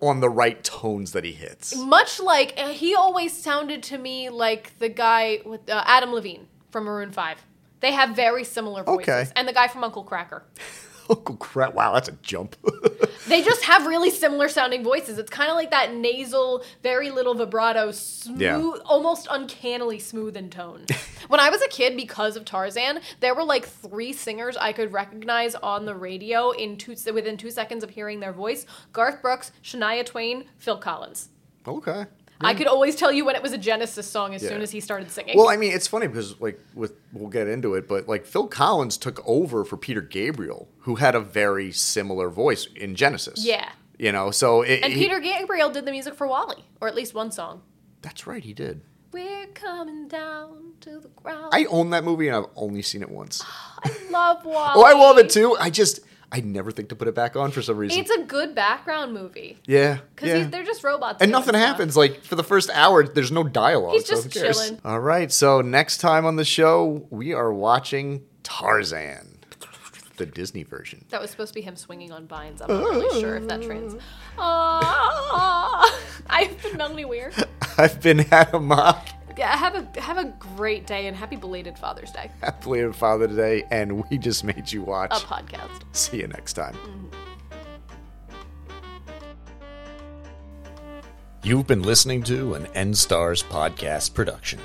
[SPEAKER 1] on the right tones that he hits.
[SPEAKER 2] much like uh, he always sounded to me like the guy with uh, Adam Levine from Maroon Five. They have very similar voices,
[SPEAKER 1] Okay.
[SPEAKER 2] and the guy from Uncle Cracker.
[SPEAKER 1] Uncle Oh, crap! Wow, that's a jump.
[SPEAKER 2] They just have really similar sounding voices. It's kind of like that nasal, very little vibrato, smooth,
[SPEAKER 1] Yeah.
[SPEAKER 2] almost uncannily smooth in tone. when I was a kid, because of Tarzan, there were like three singers I could recognize on the radio in two within two seconds of hearing their voice: Garth Brooks, Shania Twain, Phil Collins.
[SPEAKER 1] okay.
[SPEAKER 2] I could always tell you when it was a Genesis song as
[SPEAKER 1] Yeah.
[SPEAKER 2] soon as he started singing.
[SPEAKER 1] Well, I mean, it's funny because like with we'll get into it, but like Phil Collins took over for Peter Gabriel, who had a very similar voice in Genesis.
[SPEAKER 2] Yeah.
[SPEAKER 1] You know, so it,
[SPEAKER 2] and
[SPEAKER 1] he-
[SPEAKER 2] Peter Gabriel did the music for Wally, or at least one song.
[SPEAKER 1] That's right, he did.
[SPEAKER 2] We're coming down to the ground.
[SPEAKER 1] I own that movie and I've only seen it once.
[SPEAKER 2] Oh, love Wally.
[SPEAKER 1] Oh, I love it too. I just I never think to put it back on for some reason.
[SPEAKER 2] It's a good background movie
[SPEAKER 1] yeah.
[SPEAKER 2] because
[SPEAKER 1] Yeah.
[SPEAKER 2] they're just robots.
[SPEAKER 1] and
[SPEAKER 2] doing
[SPEAKER 1] nothing
[SPEAKER 2] stuff.
[SPEAKER 1] happens. Like for the first hour, there's no dialogue.
[SPEAKER 2] He's
[SPEAKER 1] so
[SPEAKER 2] just
[SPEAKER 1] who cares?
[SPEAKER 2] chilling.
[SPEAKER 1] All right. So next time on the show, we are watching Tarzan, the Disney version.
[SPEAKER 2] That was supposed to be him swinging on vines. I'm not really sure if that trans. Ah, I've been Melanie Weir.
[SPEAKER 1] I've been Adam Mock.
[SPEAKER 2] Yeah, have a have a great day and happy belated Father's Day.
[SPEAKER 1] happily and father today and we just made you watch
[SPEAKER 2] A podcast.
[SPEAKER 1] see you next time you've been listening to an n stars podcast production